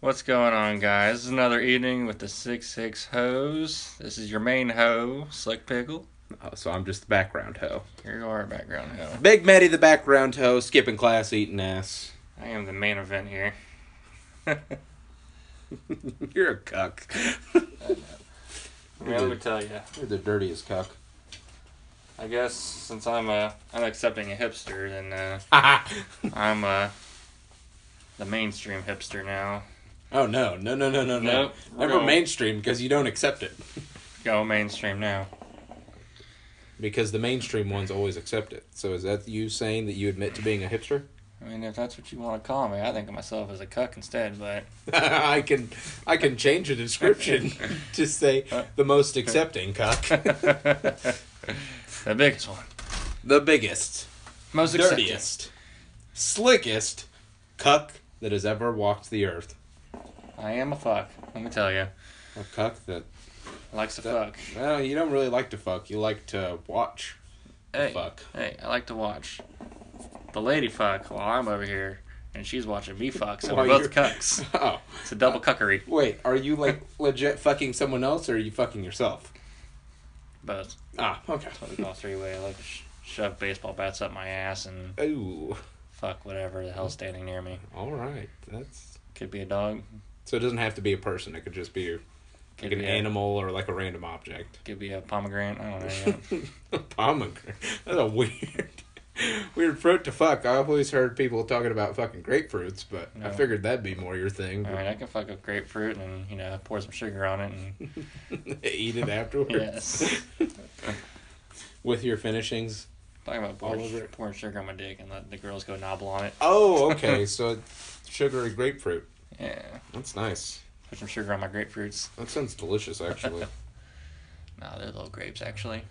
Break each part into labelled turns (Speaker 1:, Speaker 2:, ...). Speaker 1: What's going on, guys? This is another evening with the Six Six Hoes. This is your main hoe, Slick Pickle.
Speaker 2: Oh, so I'm just the background hoe.
Speaker 1: Here you are, background hoe.
Speaker 2: Big Matty, the background hoe, skipping class, eating ass.
Speaker 1: I am the main event here.
Speaker 2: You're a cuck.
Speaker 1: Well, let me tell you.
Speaker 2: You're the dirtiest cuck.
Speaker 1: I guess since I'm a I'm accepting a hipster, then uh, I'm uh, the mainstream hipster now.
Speaker 2: oh no, no, no, no, no, no.
Speaker 1: Nope.
Speaker 2: Never
Speaker 1: Wrong.
Speaker 2: mainstream because you don't accept it.
Speaker 1: Go mainstream now.
Speaker 2: Because the mainstream ones always accept it. So is that you saying that you admit to being a hipster?
Speaker 1: I mean, if that's what you want to call me, I think of myself as a cuck instead. But
Speaker 2: I can, I can change the description to say the most accepting cuck,
Speaker 1: the biggest one,
Speaker 2: the biggest,
Speaker 1: most accepting.
Speaker 2: dirtiest, slickest cuck that has ever walked the earth.
Speaker 1: I am a fuck. Let me tell you,
Speaker 2: A cuck that
Speaker 1: likes to fuck.
Speaker 2: That- Well, you don't really like to fuck. You like to watch.
Speaker 1: Hey,
Speaker 2: fuck.
Speaker 1: hey, I like to watch the lady fuck while I'm over here, and she's watching me fuck. So we're
Speaker 2: While
Speaker 1: both
Speaker 2: you're-
Speaker 1: cucks.
Speaker 2: Oh,
Speaker 1: It's a double cuckery.
Speaker 2: wait. Are you like legit fucking someone else, or are you fucking yourself?
Speaker 1: Both.
Speaker 2: Ah, okay.
Speaker 1: All three way. I like to sh- shove baseball bats up my ass and
Speaker 2: Ooh,
Speaker 1: fuck whatever the hell's standing near me.
Speaker 2: all right. That's
Speaker 1: Could be a dog.
Speaker 2: so. It doesn't have to be a person. It could just be
Speaker 1: Could
Speaker 2: like an
Speaker 1: be a-
Speaker 2: animal or like a random object.
Speaker 1: Could be a pomegranate. I don't know.
Speaker 2: A pomegranate. That's a weird, weird fruit to fuck. I always heard people talking about fucking grapefruits, but I
Speaker 1: No.
Speaker 2: figured that'd be more your thing.
Speaker 1: All right, I can fuck a grapefruit and you know pour some sugar on it and
Speaker 2: Eat it afterwards.
Speaker 1: yes.
Speaker 2: With your finishings.
Speaker 1: Talking about
Speaker 2: All
Speaker 1: pouring,
Speaker 2: over it.
Speaker 1: pouring sugar on my dick and letting the girls go nobble on it.
Speaker 2: Oh, okay. so sugary grapefruit.
Speaker 1: Yeah.
Speaker 2: That's nice.
Speaker 1: Put some sugar on my grapefruits.
Speaker 2: That sounds delicious, actually.
Speaker 1: Nah, they're little grapes actually.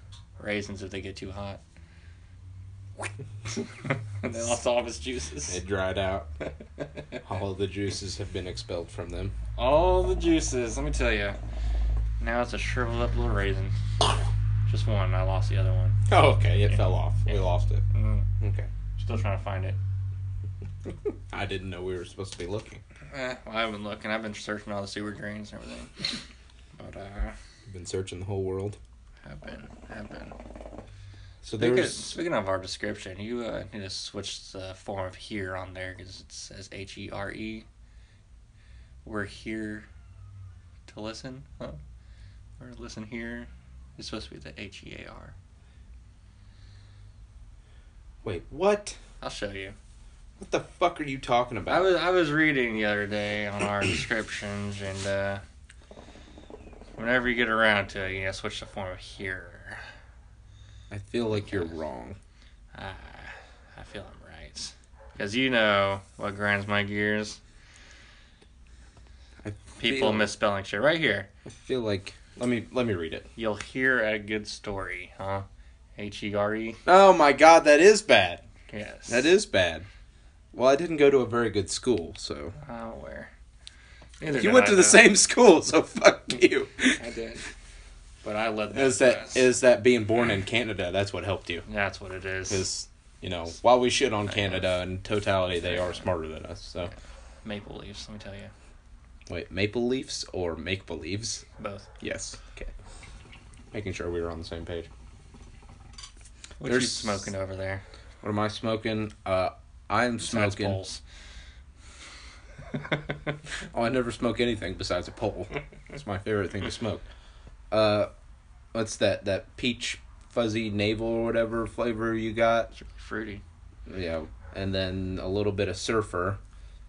Speaker 1: Raisins if they get too hot. and they lost all of its juices.
Speaker 2: it dried out. All the juices have been expelled from them.
Speaker 1: All the juices, let me tell you. Now it's a shriveled up little raisin. Just one, I lost the other one.
Speaker 2: Oh, okay. It
Speaker 1: Yeah.
Speaker 2: fell off. We
Speaker 1: Yeah.
Speaker 2: lost it.
Speaker 1: Mm,
Speaker 2: Okay.
Speaker 1: still trying to find it.
Speaker 2: I didn't know we were supposed to be looking.
Speaker 1: Eh, well, I've been looking. I've been searching all the sewer drains and everything. But uh,
Speaker 2: We've been searching the whole world.
Speaker 1: I've been, I've been.
Speaker 2: So
Speaker 1: Speaking,
Speaker 2: there's.
Speaker 1: speaking of our description, you uh, need to switch the form of here on there because it says H E R E. We're here to listen. Huh? Or listen here. It's supposed to be the H E A R.
Speaker 2: Wait, what?
Speaker 1: I'll show you.
Speaker 2: What the fuck are you talking
Speaker 1: I
Speaker 2: about?
Speaker 1: was I was reading the other day on our descriptions and uh, whenever you get around to it, you gotta switch the form of here.
Speaker 2: I feel like you're wrong.
Speaker 1: Ah, I feel I'm right because you know what grinds my gears.
Speaker 2: I
Speaker 1: People
Speaker 2: feel-
Speaker 1: misspelling shit right here.
Speaker 2: I feel like. Let me let me read it.
Speaker 1: You'll hear a good story, huh? H E R E.
Speaker 2: Oh my god, that is bad.
Speaker 1: Yes.
Speaker 2: That is bad. Well, I didn't go to a very good school, so
Speaker 1: Oh, where? Neither
Speaker 2: you
Speaker 1: did
Speaker 2: went
Speaker 1: I,
Speaker 2: to the
Speaker 1: though.
Speaker 2: same school, so fuck you.
Speaker 1: I did. But I led that.
Speaker 2: Is that
Speaker 1: class.
Speaker 2: is that being born in Canada? That's what helped you.
Speaker 1: That's what it is.
Speaker 2: Because you know, while we shit on Canada in totality, they are smarter than us. So
Speaker 1: Maple leaves. Let me tell you,
Speaker 2: wait, Maple Leafs or Make Believes?
Speaker 1: both.
Speaker 2: Yes. Okay. Making sure we were on the same page.
Speaker 1: What you
Speaker 2: There's-
Speaker 1: smoking over there?
Speaker 2: What am I smoking? Uh, I'm
Speaker 1: Besides
Speaker 2: smoking.
Speaker 1: bowls.
Speaker 2: Oh, I never smoke anything besides a pole. It's my favorite thing to smoke. Uh, what's that? That peach fuzzy navel or whatever flavor you got?
Speaker 1: It's really fruity.
Speaker 2: Yeah, and then a little bit of surfer,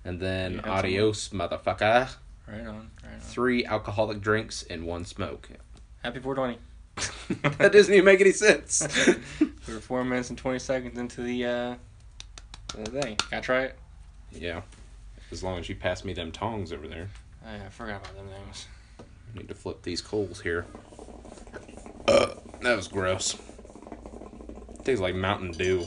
Speaker 2: and
Speaker 1: You
Speaker 2: then
Speaker 1: had some-
Speaker 2: adios, motherfucker.
Speaker 1: Right on. Right on.
Speaker 2: Three alcoholic drinks and one smoke.
Speaker 1: Happy 420.
Speaker 2: that doesn't even make any sense.
Speaker 1: We were four minutes and 20 seconds into the uh, the thing. Can I try it?
Speaker 2: yeah, as long as you pass me them tongs over there.
Speaker 1: Oh, yeah, I forgot about them things.
Speaker 2: I need to flip these coals here. Uh, that was gross. Tastes like Mountain Dew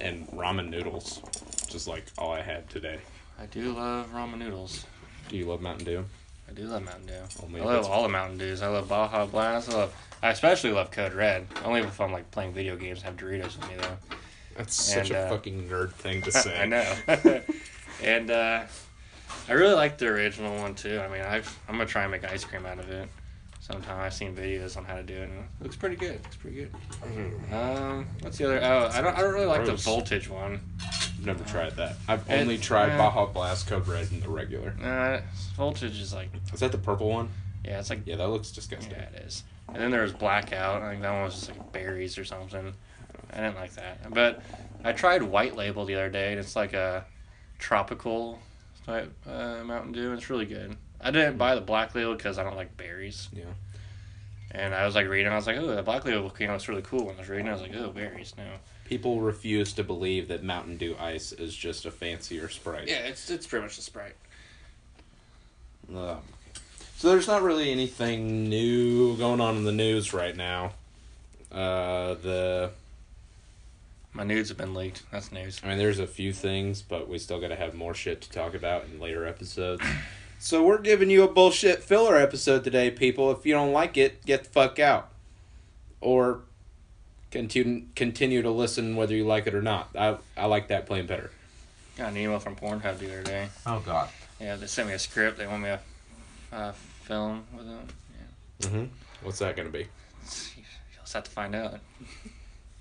Speaker 2: and ramen noodles. Just like all I had today.
Speaker 1: I do love ramen noodles.
Speaker 2: Do you love Mountain Dew?
Speaker 1: I do love Mountain Dew.
Speaker 2: Only
Speaker 1: I
Speaker 2: if
Speaker 1: love
Speaker 2: it's-
Speaker 1: all the Mountain Dews. I love Baja Blast. I love. I especially love Code Red. Only if I'm like playing video games and have Doritos with me though.
Speaker 2: That's such
Speaker 1: And,
Speaker 2: a
Speaker 1: uh,
Speaker 2: fucking nerd thing to say.
Speaker 1: I know. and uh, I really like the original one too. I mean, I've, I'm gonna try and make ice cream out of it sometime. I've seen videos on how to do it. And it looks pretty good. Looks pretty good.
Speaker 2: Mm-hmm.
Speaker 1: Um, what's the other? Oh, I don't. I don't really like the
Speaker 2: Gross.
Speaker 1: voltage one.
Speaker 2: Never tried that. I've
Speaker 1: It-
Speaker 2: only tried
Speaker 1: yeah.
Speaker 2: Baja Blast Code Red and the regular.
Speaker 1: Uh, voltage is like,
Speaker 2: Is that the purple one?
Speaker 1: yeah, it's like
Speaker 2: Yeah, that looks disgusting.
Speaker 1: Yeah, it is. And then there was blackout. I think that one was just like berries or something. I didn't like that. But I tried White Label the other day, and it's like a tropical type uh, Mountain Dew, and it's really good. I didn't buy the Black Label because I don't like berries.
Speaker 2: Yeah.
Speaker 1: And I was like reading, I was like, oh, the Black Label you know, looks really cool. And I was reading, I was like, oh, berries, no.
Speaker 2: People refuse to believe that Mountain Dew Ice is just a fancier Sprite.
Speaker 1: Yeah, it's it's pretty much the Sprite.
Speaker 2: Ugh. So there's not really anything new going on in the news right now. Uh, the
Speaker 1: My nudes have been leaked. That's news.
Speaker 2: I mean, there's a few things, but we still got to have more shit to talk about in later episodes. So we're giving you a bullshit filler episode today, people. If you don't like it, get the fuck out, or continue continue to listen whether you like it or not. I I like that plan better.
Speaker 1: Got an email from Pornhub the other day.
Speaker 2: Oh God.
Speaker 1: Yeah, they sent me a script. They want me to uh, film with them.
Speaker 2: hmm What's that gonna be?
Speaker 1: You'll just have to find out.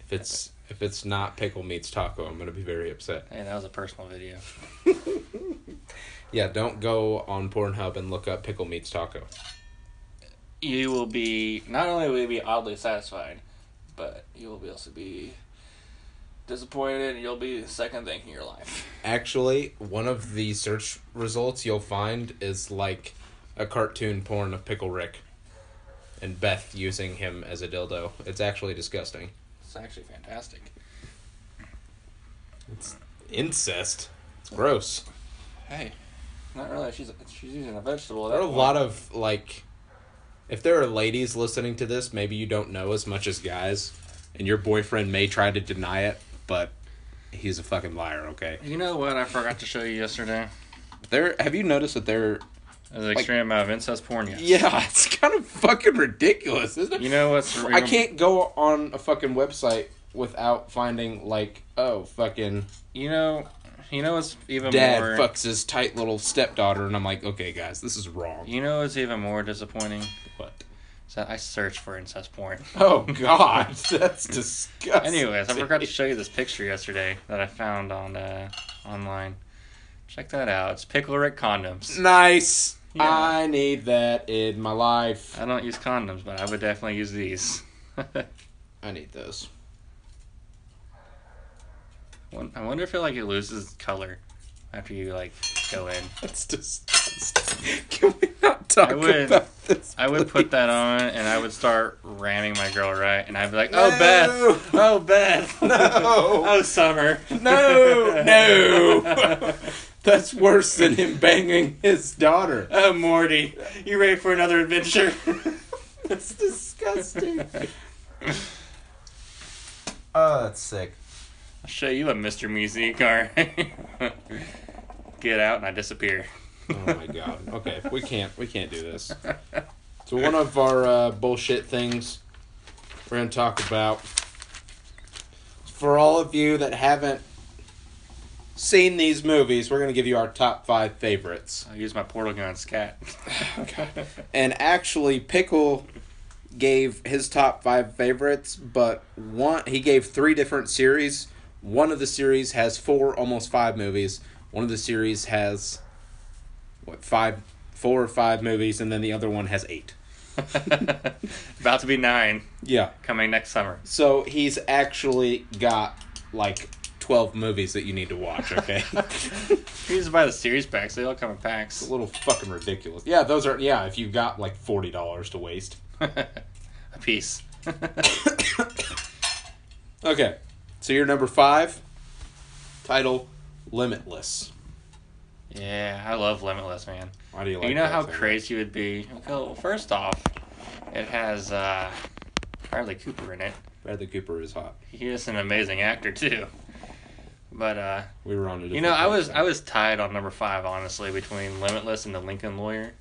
Speaker 2: If it's if it's not pickle meets taco, I'm gonna be very upset.
Speaker 1: Hey, that was a personal video.
Speaker 2: Yeah, don't go on Pornhub and look up pickle meets taco.
Speaker 1: You will be not only will you be oddly satisfied, but you will be also be disappointed, and you'll be the second thing in your life.
Speaker 2: Actually, one of the search results you'll find is like a cartoon porn of Pickle Rick and Beth using him as a dildo. It's actually disgusting.
Speaker 1: It's actually fantastic.
Speaker 2: Incest. It's gross.
Speaker 1: Hey, not really. She's she's using a vegetable.
Speaker 2: There are a lot of like if there are ladies listening to this, maybe you don't know as much as guys and your boyfriend may try to deny it, but he's a fucking liar, okay?
Speaker 1: You know what? I forgot to show you yesterday.
Speaker 2: There have you noticed that there
Speaker 1: There's an extreme amount of incest porn. Yes.
Speaker 2: Yeah, it's kind of fucking ridiculous, isn't it?
Speaker 1: You know what's?
Speaker 2: I can't go on a fucking website without finding like, oh, fucking
Speaker 1: You know. You know what's even
Speaker 2: dad
Speaker 1: more.
Speaker 2: fucks his tight little stepdaughter, and I'm like, okay, guys, this is wrong.
Speaker 1: You know what's even more disappointing?
Speaker 2: What?
Speaker 1: So I searched for incest porn.
Speaker 2: Oh God, that's disgusting.
Speaker 1: Anyways, I forgot to show you this picture yesterday that I found on uh, online. Check that out. It's Pickle Rick condoms.
Speaker 2: Nice.
Speaker 1: Yeah.
Speaker 2: I need that in my life.
Speaker 1: I don't use condoms, but I would definitely use these.
Speaker 2: I need those.
Speaker 1: Won- I wonder if it like it loses color after you like go in.
Speaker 2: That's disgusting. Can we not talk
Speaker 1: I would-
Speaker 2: about this?
Speaker 1: I would put that on and I would start ramming my girl right, and I'd be like, "Oh
Speaker 2: No.
Speaker 1: Beth, oh Beth,
Speaker 2: No.
Speaker 1: oh Summer,
Speaker 2: No, no. That's worse than him banging his daughter.
Speaker 1: oh Morty, you ready for another adventure?"
Speaker 2: That's disgusting. oh, that's sick.
Speaker 1: I'll show you a Mr. Music, alright? Get out and I disappear.
Speaker 2: Oh my god. Okay, we can't we can't do this. So one of our uh, bullshit things we're gonna talk about for all of you that haven't seen these movies, we're gonna give you our top five favorites.
Speaker 1: I'll use my portal gun scat.
Speaker 2: And actually, Pickle gave his top five favorites, but one he gave three different series. One of the series has four, almost five movies. One of the series has what five, four or five movies, and then the other one has eight.
Speaker 1: About to be nine,
Speaker 2: Yeah.
Speaker 1: coming next summer.
Speaker 2: So he's actually got like twelve movies that you need to watch. Okay.
Speaker 1: You just buy the series packs, they all come in
Speaker 2: a
Speaker 1: packs.
Speaker 2: little fucking ridiculous. Yeah, those are. Yeah, if you've got like forty dollars to waste.
Speaker 1: a piece.
Speaker 2: Okay. So your number five. Title Limitless.
Speaker 1: yeah, I love Limitless, man.
Speaker 2: Why do you
Speaker 1: you know
Speaker 2: that
Speaker 1: how
Speaker 2: so
Speaker 1: crazy you would be? Well, first off, it has uh, Bradley Cooper in it.
Speaker 2: much? Bradley Cooper is hot.
Speaker 1: He is an amazing actor, too. But, uh,
Speaker 2: We were on it.
Speaker 1: You know, I was I was tied on number five, honestly, between Limitless and the Lincoln Lawyer.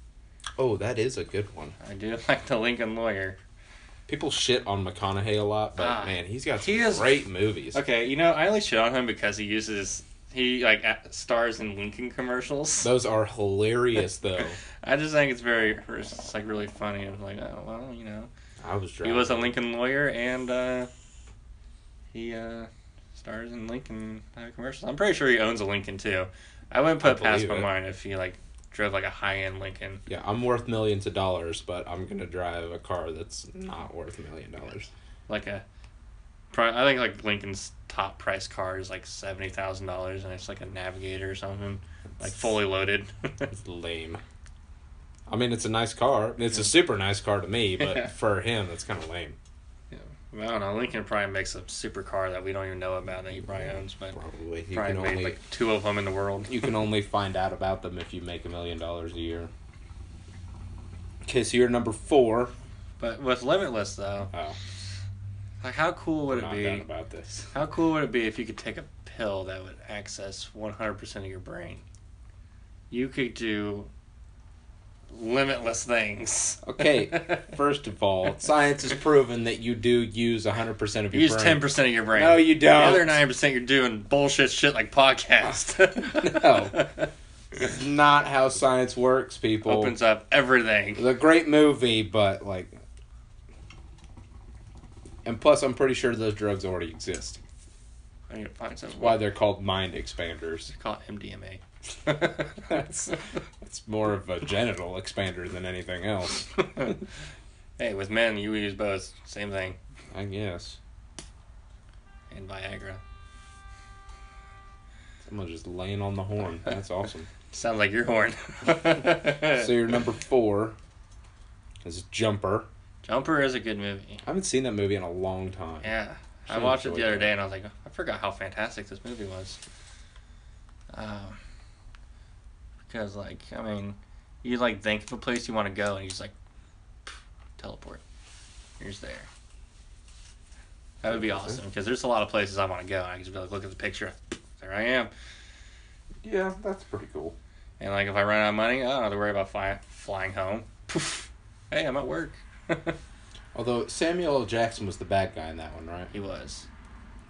Speaker 2: Oh, that is a good one.
Speaker 1: I do like the Lincoln Lawyer.
Speaker 2: People shit on McConaughey a lot, but
Speaker 1: Ah.
Speaker 2: man, he's got some
Speaker 1: He is-
Speaker 2: great movies.
Speaker 1: Okay, you know, I only shit on him because he uses He like a- stars in Lincoln commercials.
Speaker 2: Those are hilarious, though.
Speaker 1: I just think it's very, it's like really funny. I'm like, oh well, you know,
Speaker 2: I was
Speaker 1: he
Speaker 2: driving.
Speaker 1: was a Lincoln lawyer and uh, he uh, stars in Lincoln uh, commercials. I'm pretty sure he owns a Lincoln too. I wouldn't put
Speaker 2: I
Speaker 1: it past
Speaker 2: believe
Speaker 1: my
Speaker 2: it.
Speaker 1: mind if he like drove like a high end Lincoln.
Speaker 2: Yeah, I'm worth millions of dollars, but I'm gonna drive a car that's not worth a million dollars.
Speaker 1: like a pri- I think like Lincoln's top price car is like seventy thousand dollars, and it's like a Navigator or something, like fully loaded.
Speaker 2: It's lame. I mean, it's a nice car. It's a super nice car to me, but for him, that's kind of lame.
Speaker 1: I don't know. Lincoln probably makes a super car that we don't even know about that he probably owns, but
Speaker 2: Probably you
Speaker 1: probably
Speaker 2: can
Speaker 1: made
Speaker 2: only
Speaker 1: like two of them in the world.
Speaker 2: you can only find out about them if you make a million dollars a year. Okay, so you're number four.
Speaker 1: But with Limitless though,
Speaker 2: Oh,
Speaker 1: like how cool would
Speaker 2: I'm
Speaker 1: it
Speaker 2: not down
Speaker 1: be?
Speaker 2: about this.
Speaker 1: How cool would it be if you could take a pill that would access one hundred percent of your brain? You could do limitless things.
Speaker 2: Okay, first of all, science has proven that you do use 100% of your
Speaker 1: Use ten
Speaker 2: brain.
Speaker 1: percent of your brain.
Speaker 2: No, you don't.
Speaker 1: The other nine percent you're doing bullshit shit like podcast.
Speaker 2: No. It's not how science works, people.
Speaker 1: Opens up everything.
Speaker 2: It's a great movie, but like, and plus, I'm pretty sure those drugs already exist.
Speaker 1: I need to find something.
Speaker 2: Why they're called mind expanders?
Speaker 1: It's called MDMA.
Speaker 2: That's it's more of a genital expander than anything else,
Speaker 1: hey, with men you use both. Same thing.
Speaker 2: I guess.
Speaker 1: And Viagra.
Speaker 2: Someone just laying on the horn. That's awesome.
Speaker 1: Sounds like your horn.
Speaker 2: So your number four is Jumper.
Speaker 1: Jumper is a good movie.
Speaker 2: I haven't seen that movie in a long time.
Speaker 1: Yeah. I
Speaker 2: Sure,
Speaker 1: watched it the
Speaker 2: enjoyed
Speaker 1: other
Speaker 2: that.
Speaker 1: day and I was like, I forgot how fantastic this movie was. Um, because, like, I mean, you, like, think of a place you want to go and you just, like, teleport. You're just there. That would be awesome because there's a lot of places I want to go and I can just be like, look at the picture. There I am.
Speaker 2: Yeah, that's pretty cool.
Speaker 1: And, like, if I run out of money, I don't have to worry about fly- flying home. Poof. Hey, I'm at work.
Speaker 2: Although Samuel L. Jackson was the bad guy in that one, right?
Speaker 1: He was.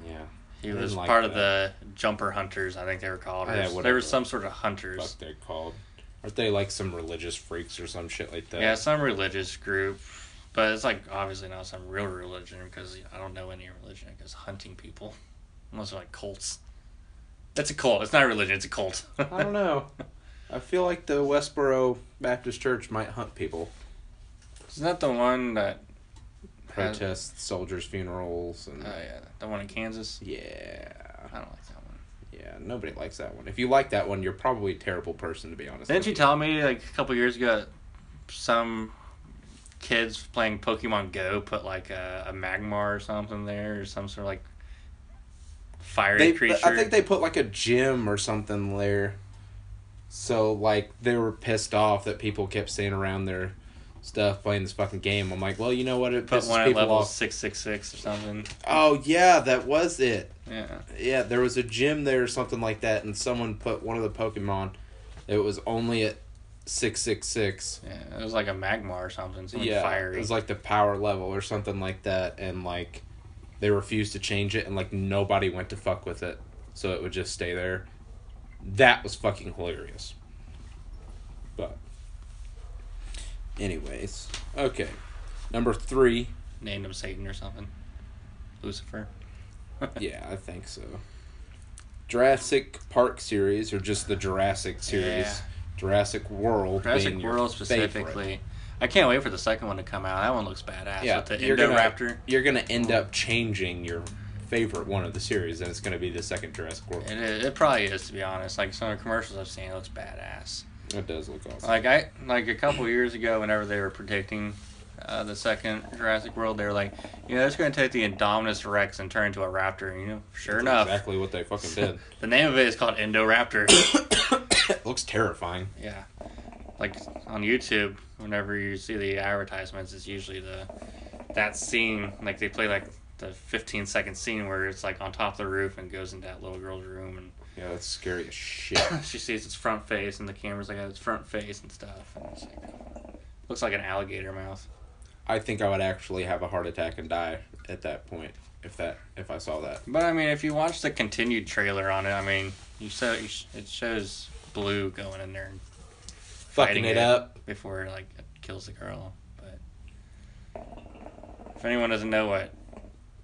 Speaker 2: Yeah.
Speaker 1: He
Speaker 2: I didn't
Speaker 1: was
Speaker 2: like
Speaker 1: part of the jumper hunters, I think they were called.
Speaker 2: Yeah,
Speaker 1: Or they
Speaker 2: whatever.
Speaker 1: were some sort of
Speaker 2: fuck
Speaker 1: hunters.
Speaker 2: they're called. Aren't they like some religious freaks or some shit like that?
Speaker 1: Yeah, some religious group, but it's like obviously not some real religion because I don't know any religion because hunting people, unless they're like cults. That's a cult. It's not a religion. It's a cult.
Speaker 2: I don't know. I feel like the Westboro Baptist Church might hunt people.
Speaker 1: It's not the one that.
Speaker 2: Uh, Protest soldiers' funerals
Speaker 1: Oh
Speaker 2: and
Speaker 1: yeah, the one in Kansas.
Speaker 2: yeah,
Speaker 1: I don't like that one.
Speaker 2: yeah. Nobody likes that one. If you like that one, you're probably a terrible person to be honest.
Speaker 1: Didn't
Speaker 2: with
Speaker 1: you tell me like a couple years ago, some kids playing Pokemon Go put like a, a Magmar or something there or some sort of like fiery
Speaker 2: They,
Speaker 1: creature?
Speaker 2: I think they put like a gym or something there. So like they were pissed off that people kept staying around their stuff playing this fucking game. I'm like, well, you know what? It
Speaker 1: put
Speaker 2: pisses
Speaker 1: one at
Speaker 2: people
Speaker 1: level
Speaker 2: off.
Speaker 1: six six six or something.
Speaker 2: Oh yeah, that was it.
Speaker 1: Yeah.
Speaker 2: Yeah, there was a gym there or something like that, and someone put one of the Pokemon. It was only at six six six.
Speaker 1: Yeah, it was like a magma or something. Something
Speaker 2: Yeah,
Speaker 1: fiery.
Speaker 2: it was like the power level or something like that, and like they refused to change it, and like nobody went to fuck with it, so it would just stay there. That was fucking hilarious. But, anyways, okay, number three.
Speaker 1: Named him Satan or something. Lucifer.
Speaker 2: yeah, I think so. Jurassic Park series, or just the Jurassic series,
Speaker 1: Yeah.
Speaker 2: Jurassic World.
Speaker 1: Jurassic
Speaker 2: being your
Speaker 1: World
Speaker 2: favorite.
Speaker 1: specifically. I can't wait for the second one to come out. That one looks badass.
Speaker 2: Yeah,
Speaker 1: With the
Speaker 2: you're gonna-
Speaker 1: Indoraptor.
Speaker 2: You're gonna end up changing your favorite one of the series, and it's gonna be the second Jurassic World.
Speaker 1: It, is- it probably is to be honest. Like some of the commercials I've seen, it looks badass.
Speaker 2: It does look awesome.
Speaker 1: Like I like a couple years ago, whenever they were predicting uh, the second Jurassic World, they were like, you know, it's going to take the Indominus Rex and turn into a raptor. And, you know, sure
Speaker 2: That's
Speaker 1: enough,
Speaker 2: exactly what they fucking did.
Speaker 1: the name of it is called Indoraptor.
Speaker 2: it looks terrifying.
Speaker 1: Yeah. Like on YouTube, whenever you see the advertisements, it's usually the that scene. Like they play like the 15 second scene where it's like on top of the roof and goes into that little girl's room
Speaker 2: Yeah, that's scary as shit.
Speaker 1: and she sees its front face and the camera's like at its front face and stuff. And it's like, looks like an alligator mouth.
Speaker 2: I think I would actually have a heart attack and die at that point if that if I saw that.
Speaker 1: But I mean, if you watch the continued trailer on it, I mean, you so you sh- it shows Blue going in there and
Speaker 2: Fucking
Speaker 1: Fighting
Speaker 2: it
Speaker 1: it.
Speaker 2: up.
Speaker 1: before like it kills the girl. But if anyone doesn't know what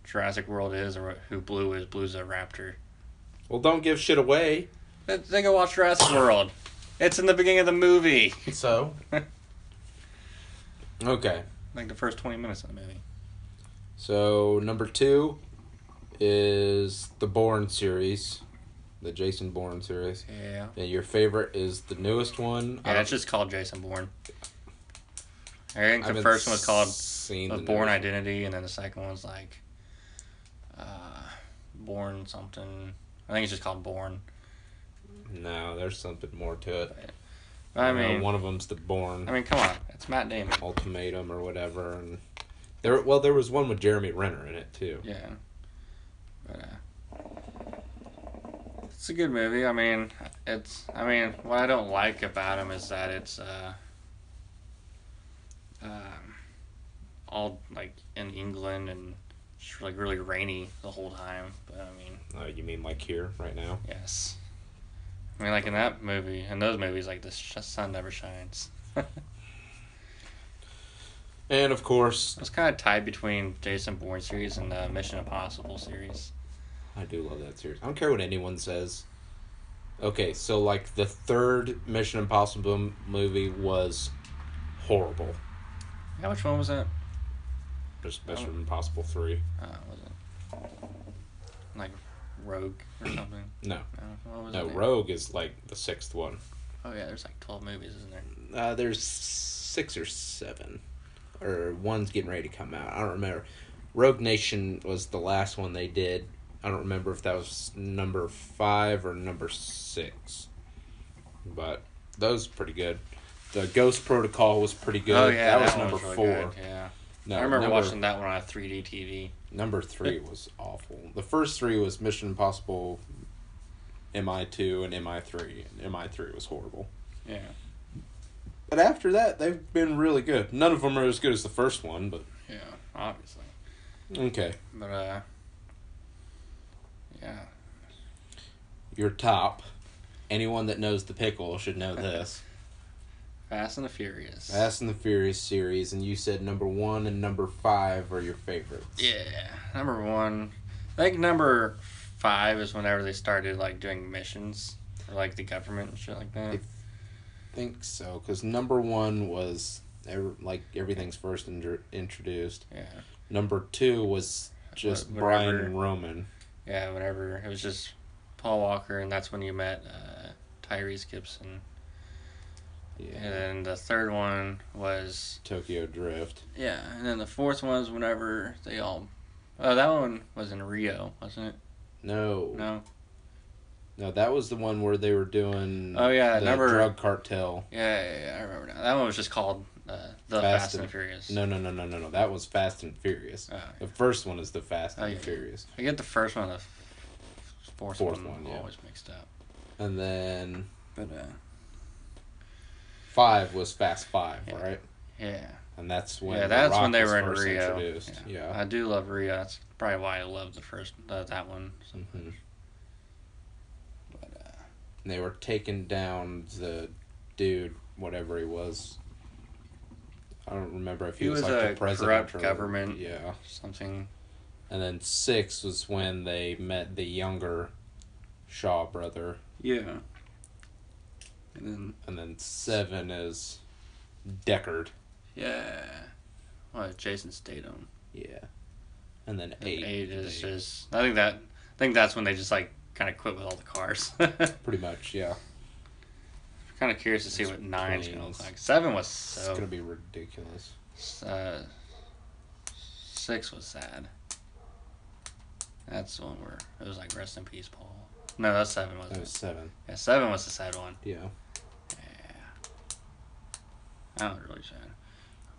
Speaker 1: Jurassic World is or what, who Blue is, Blue's a raptor.
Speaker 2: Well, don't give shit away.
Speaker 1: They- They go watch Jurassic World. It's in the beginning of the movie,
Speaker 2: So. okay.
Speaker 1: like the first twenty minutes of the movie.
Speaker 2: So number two is the Bourne series, the Jason Bourne series.
Speaker 1: Yeah,
Speaker 2: And your favorite is the newest one.
Speaker 1: yeah. It's just called Jason Bourne. I think the
Speaker 2: haven't
Speaker 1: first one was called
Speaker 2: seen
Speaker 1: The
Speaker 2: the
Speaker 1: Born
Speaker 2: newest-
Speaker 1: Identity, and then the second one's like uh, Born something. I think it's just called Born.
Speaker 2: No, there's something more to it.
Speaker 1: I
Speaker 2: You know,
Speaker 1: mean,
Speaker 2: one of them's the Bourne
Speaker 1: I mean, come on, it's Matt Damon.
Speaker 2: Ultimatum or whatever, and there. Well, there was one with Jeremy Renner in it too.
Speaker 1: Yeah, but uh, it's a good movie. I mean, it's. I mean, what I don't like about him is that it's uh, um, all like in England and it's like really rainy the whole time. But I mean.
Speaker 2: Uh, you mean like here right now?
Speaker 1: Yes. I mean, like in that movie, in those movies, like the sh- sun never shines.
Speaker 2: And of course,
Speaker 1: It's kind of tied between Jason Bourne series and the Mission Impossible series.
Speaker 2: I do love that series. I don't care what anyone says. Okay, so like the third Mission Impossible m- movie was horrible.
Speaker 1: Yeah, which one was that?
Speaker 2: Just Mission
Speaker 1: Oh.
Speaker 2: Impossible three.
Speaker 1: Uh, was it like Rogue or something?
Speaker 2: No,
Speaker 1: No, what was
Speaker 2: no,
Speaker 1: it?
Speaker 2: Rogue is like the sixth one.
Speaker 1: Oh yeah, there's like twelve movies, isn't there?
Speaker 2: Uh, there's six or seven, or one's getting ready to come out. I don't remember. Rogue Nation was the last one they did. I don't remember if that was number five or number six, but those pretty good. The Ghost Protocol was pretty good.
Speaker 1: Oh yeah,
Speaker 2: that, was
Speaker 1: one
Speaker 2: number
Speaker 1: really
Speaker 2: four.
Speaker 1: good, Yeah,
Speaker 2: No,
Speaker 1: I remember
Speaker 2: number,
Speaker 1: watching that one on a 3D TV.
Speaker 2: Number three was awful. The first three was Mission Impossible, MI two and MI three. And MI three was horrible.
Speaker 1: Yeah,
Speaker 2: But after that, they've been really good. None of them are as good as the first one, but
Speaker 1: yeah, obviously.
Speaker 2: okay.
Speaker 1: But uh, yeah,
Speaker 2: Your top. Anyone that knows the pickle should know this.
Speaker 1: Fast and the Furious.
Speaker 2: Fast and the Furious series, and you said number one and number five are your favorites.
Speaker 1: Yeah, number one. I think number five is whenever they started like doing missions for like the government and shit like that.
Speaker 2: If- think so, because number one was ever, like everything's first inter- introduced.
Speaker 1: Yeah,
Speaker 2: Number two was just
Speaker 1: Wha-
Speaker 2: Brian
Speaker 1: whatever.
Speaker 2: and Roman.
Speaker 1: yeah, whenever it was just Paul Walker, and that's when you met uh, Tyrese Gibson. And then the third one was
Speaker 2: Tokyo Drift.
Speaker 1: yeah, and then the fourth one was whenever they all. Oh, that one was in Rio, wasn't it?
Speaker 2: No, no,
Speaker 1: No.
Speaker 2: that was the one where they were doing.
Speaker 1: Oh, yeah,
Speaker 2: Mm-hmm. the
Speaker 1: number-
Speaker 2: drug cartel.
Speaker 1: Yeah, yeah, yeah I remember now. That one was just called uh, the
Speaker 2: Fast
Speaker 1: Fast, and,
Speaker 2: and-
Speaker 1: Furious.
Speaker 2: No, no, no, no, no, no. That was Fast and Furious.
Speaker 1: Oh,
Speaker 2: The first one is the Fast
Speaker 1: Oh,
Speaker 2: and
Speaker 1: yeah.
Speaker 2: Furious,
Speaker 1: I get the first one, the f- fourth,
Speaker 2: Fourth
Speaker 1: one,
Speaker 2: one, yeah.
Speaker 1: always mixed up.
Speaker 2: and then
Speaker 1: But uh,
Speaker 2: five was Fast Five,
Speaker 1: Yeah.
Speaker 2: right?
Speaker 1: yeah,
Speaker 2: And that's when
Speaker 1: yeah,
Speaker 2: The
Speaker 1: that's
Speaker 2: Rock
Speaker 1: when they
Speaker 2: was
Speaker 1: were in
Speaker 2: first
Speaker 1: Rio.
Speaker 2: Introduced. Yeah.
Speaker 1: I do love Rio. That's probably why I love the first uh, that one. So,
Speaker 2: Mhm.
Speaker 1: but, uh,
Speaker 2: And they were taking down the dude, whatever he was. I don't remember if he,
Speaker 1: He
Speaker 2: was,
Speaker 1: was
Speaker 2: like the
Speaker 1: a
Speaker 2: president
Speaker 1: corrupt
Speaker 2: or
Speaker 1: government.
Speaker 2: Yeah.
Speaker 1: something.
Speaker 2: And then six was when they met the younger Shaw brother.
Speaker 1: Yeah. And then
Speaker 2: And then seven is Deckard.
Speaker 1: yeah, well, Jason Statham.
Speaker 2: Yeah. And then
Speaker 1: And
Speaker 2: eight.
Speaker 1: eight is
Speaker 2: they-
Speaker 1: just. I think that. I think that's when they just like kind of quit with all the cars.
Speaker 2: pretty much, yeah.
Speaker 1: kind of curious to see
Speaker 2: It's
Speaker 1: what nine's gonna
Speaker 2: planes.
Speaker 1: look like. Seven was
Speaker 2: It's
Speaker 1: so.
Speaker 2: gonna be ridiculous.
Speaker 1: Uh, six was sad. That's the one where it was like rest in peace, Paul. No, that's seven wasn't
Speaker 2: That
Speaker 1: it?
Speaker 2: was seven.
Speaker 1: Yeah, seven was the sad one.
Speaker 2: Yeah.
Speaker 1: Yeah, that was really sad.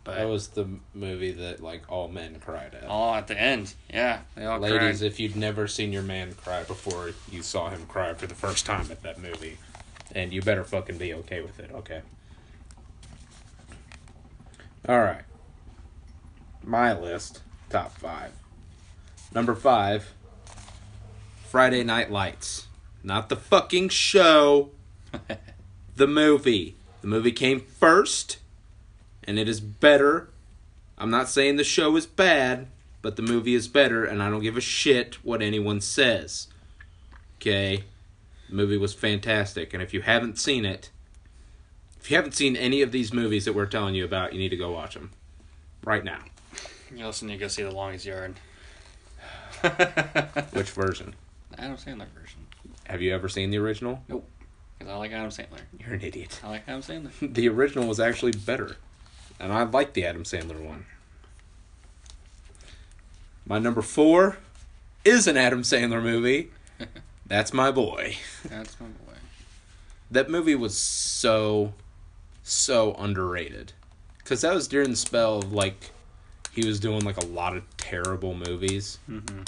Speaker 1: But
Speaker 2: That was the movie that like all men cried at.
Speaker 1: all at the end, yeah, they all
Speaker 2: Ladies,
Speaker 1: cried.
Speaker 2: if you'd never seen your man cry before, you saw him cry for the first time at that movie, and you better fucking be okay with it, okay? All right. my list, top five. Number five, Friday Night Lights. Not the fucking show, the movie. The movie came first, and it is better. I'm not saying the show is bad, but the movie is better, and I don't give a shit what anyone says. Okay? The movie was fantastic, and if you haven't seen it, if you haven't seen any of these movies that we're telling you about, you need to go watch them right now.
Speaker 1: You also need to go see The Longest Yard.
Speaker 2: Which version?
Speaker 1: Adam Sandler version.
Speaker 2: Have you ever seen the original?
Speaker 1: Nope. Because I like Adam Sandler.
Speaker 2: You're an idiot.
Speaker 1: I like Adam Sandler.
Speaker 2: The original was actually better, and I like the Adam Sandler one. My number four is an Adam Sandler movie. That's my boy.
Speaker 1: That's my boy.
Speaker 2: That movie was so, so underrated. Because that was during the spell of like, he was doing like a lot of terrible movies,
Speaker 1: Mm-hmm.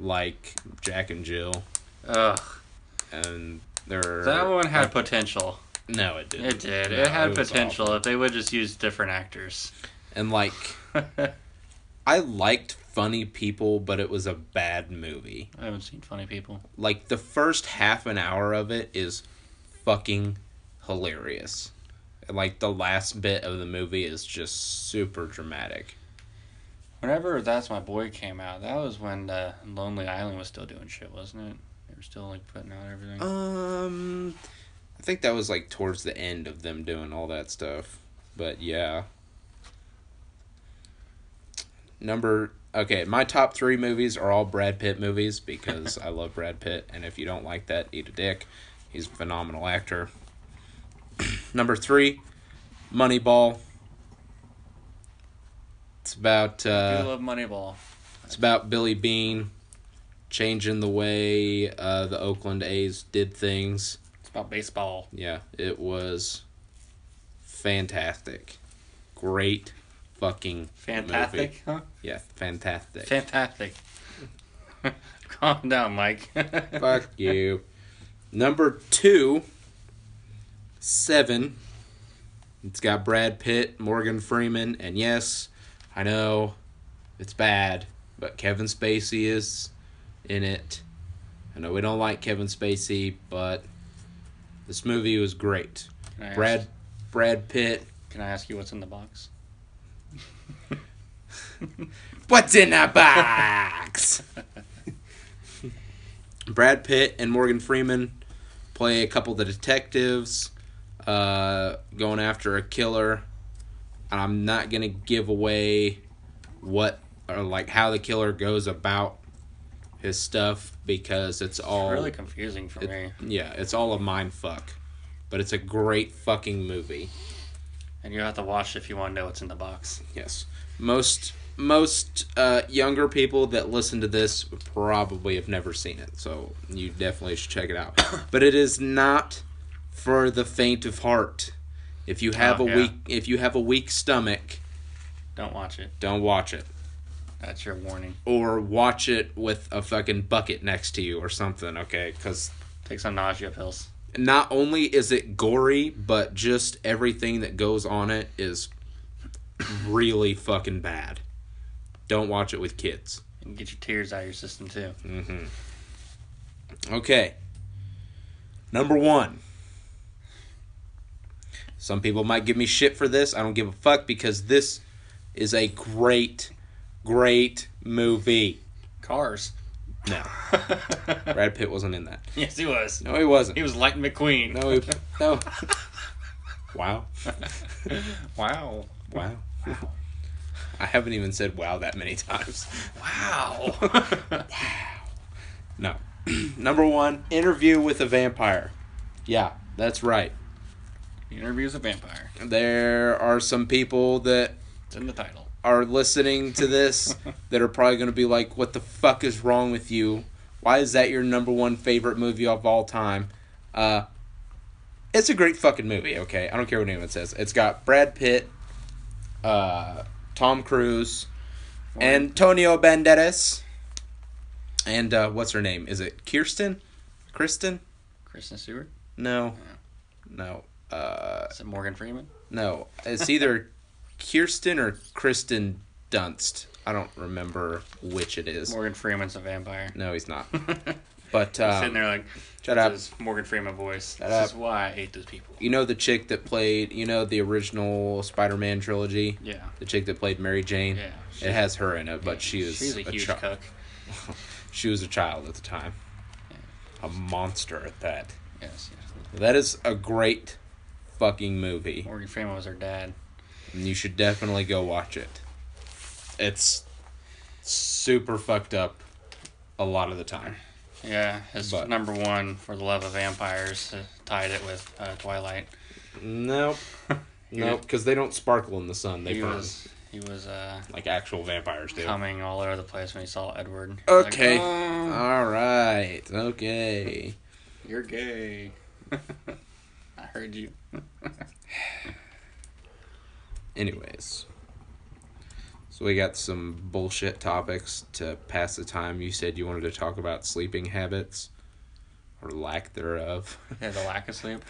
Speaker 2: like Jack and Jill,
Speaker 1: Ugh.
Speaker 2: and there.
Speaker 1: That one had potential.
Speaker 2: No, it didn't.
Speaker 1: It did.
Speaker 2: No,
Speaker 1: it had
Speaker 2: was
Speaker 1: potential
Speaker 2: awful.
Speaker 1: if they would just use different actors.
Speaker 2: And like,
Speaker 1: I
Speaker 2: I liked Funny People, but it was a bad movie.
Speaker 1: haven't seen Funny People.
Speaker 2: Like the first half an hour of it is fucking hilarious. And, Like the last bit of the movie is just super dramatic.
Speaker 1: Whenever That's My Boy came out, that was when uh, Lonely Island was still doing shit, wasn't it? They were still like putting out everything.
Speaker 2: Um I think that was like towards the end of them doing all that stuff. But yeah. Number okay, my top 3 movies are all Brad Pitt movies because I love Brad Pitt and if you don't like that, eat a dick. He's a phenomenal actor. Number 3, Moneyball. It's about
Speaker 1: I
Speaker 2: uh
Speaker 1: do love Moneyball.
Speaker 2: it's about Billy Bean changing the way uh, the Oakland A's did things.
Speaker 1: It's about baseball.
Speaker 2: Yeah, it was fantastic. Great fucking
Speaker 1: Fantastic,
Speaker 2: Movie.
Speaker 1: huh?
Speaker 2: Yeah, fantastic.
Speaker 1: Fantastic. Calm down, Mike.
Speaker 2: Fuck you. Number two, seven. It's got Brad Pitt, Morgan Freeman, and yes, I know it's bad, but Kevin Spacey is in it. I know we don't like Kevin Spacey, but this movie was great.
Speaker 1: Can I ask-
Speaker 2: Brad Brad Pitt.
Speaker 1: Can I ask you what's in the box?
Speaker 2: What's in that box? Brad Pitt and Morgan Freeman play a couple of the detectives uh, going after a killer. And I'm not gonna give away what or like how the killer goes about his stuff because it's all
Speaker 1: Really confusing for
Speaker 2: Oh, it-
Speaker 1: me.
Speaker 2: yeah, it's all a mind fuck. But it's a great fucking movie.
Speaker 1: And you have to watch if you want to know what's in the box.
Speaker 2: Yes. Most most uh, younger people that listen to this probably have never seen it, so you definitely should check it out. but it is not for the faint of heart. If you have
Speaker 1: Oh,
Speaker 2: a
Speaker 1: yeah.
Speaker 2: weak if you have a weak stomach,
Speaker 1: Don't watch it.
Speaker 2: don't watch it.
Speaker 1: That's your warning.
Speaker 2: Or watch it with a fucking bucket next to you or something, okay? Because
Speaker 1: Take some nausea pills.
Speaker 2: not only is it gory, but just everything that goes on it is really fucking bad. Don't watch it with kids.
Speaker 1: And get your tears out of your system, too.
Speaker 2: Mm-hmm. Okay. Number one. Some people might give me shit for this. I don't give a fuck because this is a great, great movie.
Speaker 1: Cars.
Speaker 2: No, Brad Pitt wasn't in that.
Speaker 1: Yes, he was.
Speaker 2: No, he wasn't.
Speaker 1: He was Lightning McQueen.
Speaker 2: No, he, no. Wow.
Speaker 1: Wow.
Speaker 2: Wow. I haven't even said wow that many times.
Speaker 1: Wow.
Speaker 2: No. Number one, interview with a vampire. Yeah, that's right.
Speaker 1: he interviews a vampire.
Speaker 2: There are some people that
Speaker 1: It's in the title.
Speaker 2: are listening to this that are probably going to be like, "What the fuck is wrong with you? Why is that your number one favorite movie of all time?" Uh, it's a great fucking movie. Okay, I don't care what anyone says. It's got Brad Pitt, uh, Tom Cruise, Antonio Banderas, and uh, what's her name? Is it Kirsten? Kristen?
Speaker 1: Kristen Stewart.
Speaker 2: No, no, uh,
Speaker 1: Is it Morgan Freeman?
Speaker 2: no. It's either Kirsten or Kristen Dunst. I don't remember which it is.
Speaker 1: Morgan Freeman's a vampire.
Speaker 2: No, he's not.
Speaker 1: He's
Speaker 2: But
Speaker 1: sitting
Speaker 2: um,
Speaker 1: there like,
Speaker 2: shut
Speaker 1: this
Speaker 2: up.
Speaker 1: is Morgan Freeman voice.
Speaker 2: Shut
Speaker 1: This is
Speaker 2: up.
Speaker 1: why I hate those people.
Speaker 2: You know the chick that played. You know the original Spider-Man trilogy.
Speaker 1: Yeah.
Speaker 2: The chick that played Mary Jane.
Speaker 1: Yeah.
Speaker 2: It has her in it, but she was
Speaker 1: She's a huge
Speaker 2: child.
Speaker 1: cook.
Speaker 2: She was a child at the time.
Speaker 1: Yeah.
Speaker 2: A monster at that.
Speaker 1: Yes, yes.
Speaker 2: That is a great fucking movie.
Speaker 1: Morgan Freeman was her dad.
Speaker 2: and you should definitely go watch it. It's super fucked up a lot of the time.
Speaker 1: Yeah, his
Speaker 2: But-
Speaker 1: number one for the love of vampires uh, tied it with uh, Twilight.
Speaker 2: Nope. Nope, because they don't sparkle in the sun. They
Speaker 1: he
Speaker 2: burn
Speaker 1: was he was uh,
Speaker 2: like actual vampires do.
Speaker 1: humming all over the place when he saw Edward. He was like,
Speaker 2: Okay.
Speaker 1: "Oh,
Speaker 2: All right. Okay.
Speaker 1: you're gay. I heard you.
Speaker 2: Anyways. So we got some bullshit topics to pass the time. You said you wanted to talk about sleeping habits or lack thereof.
Speaker 1: Yeah, the lack of sleep.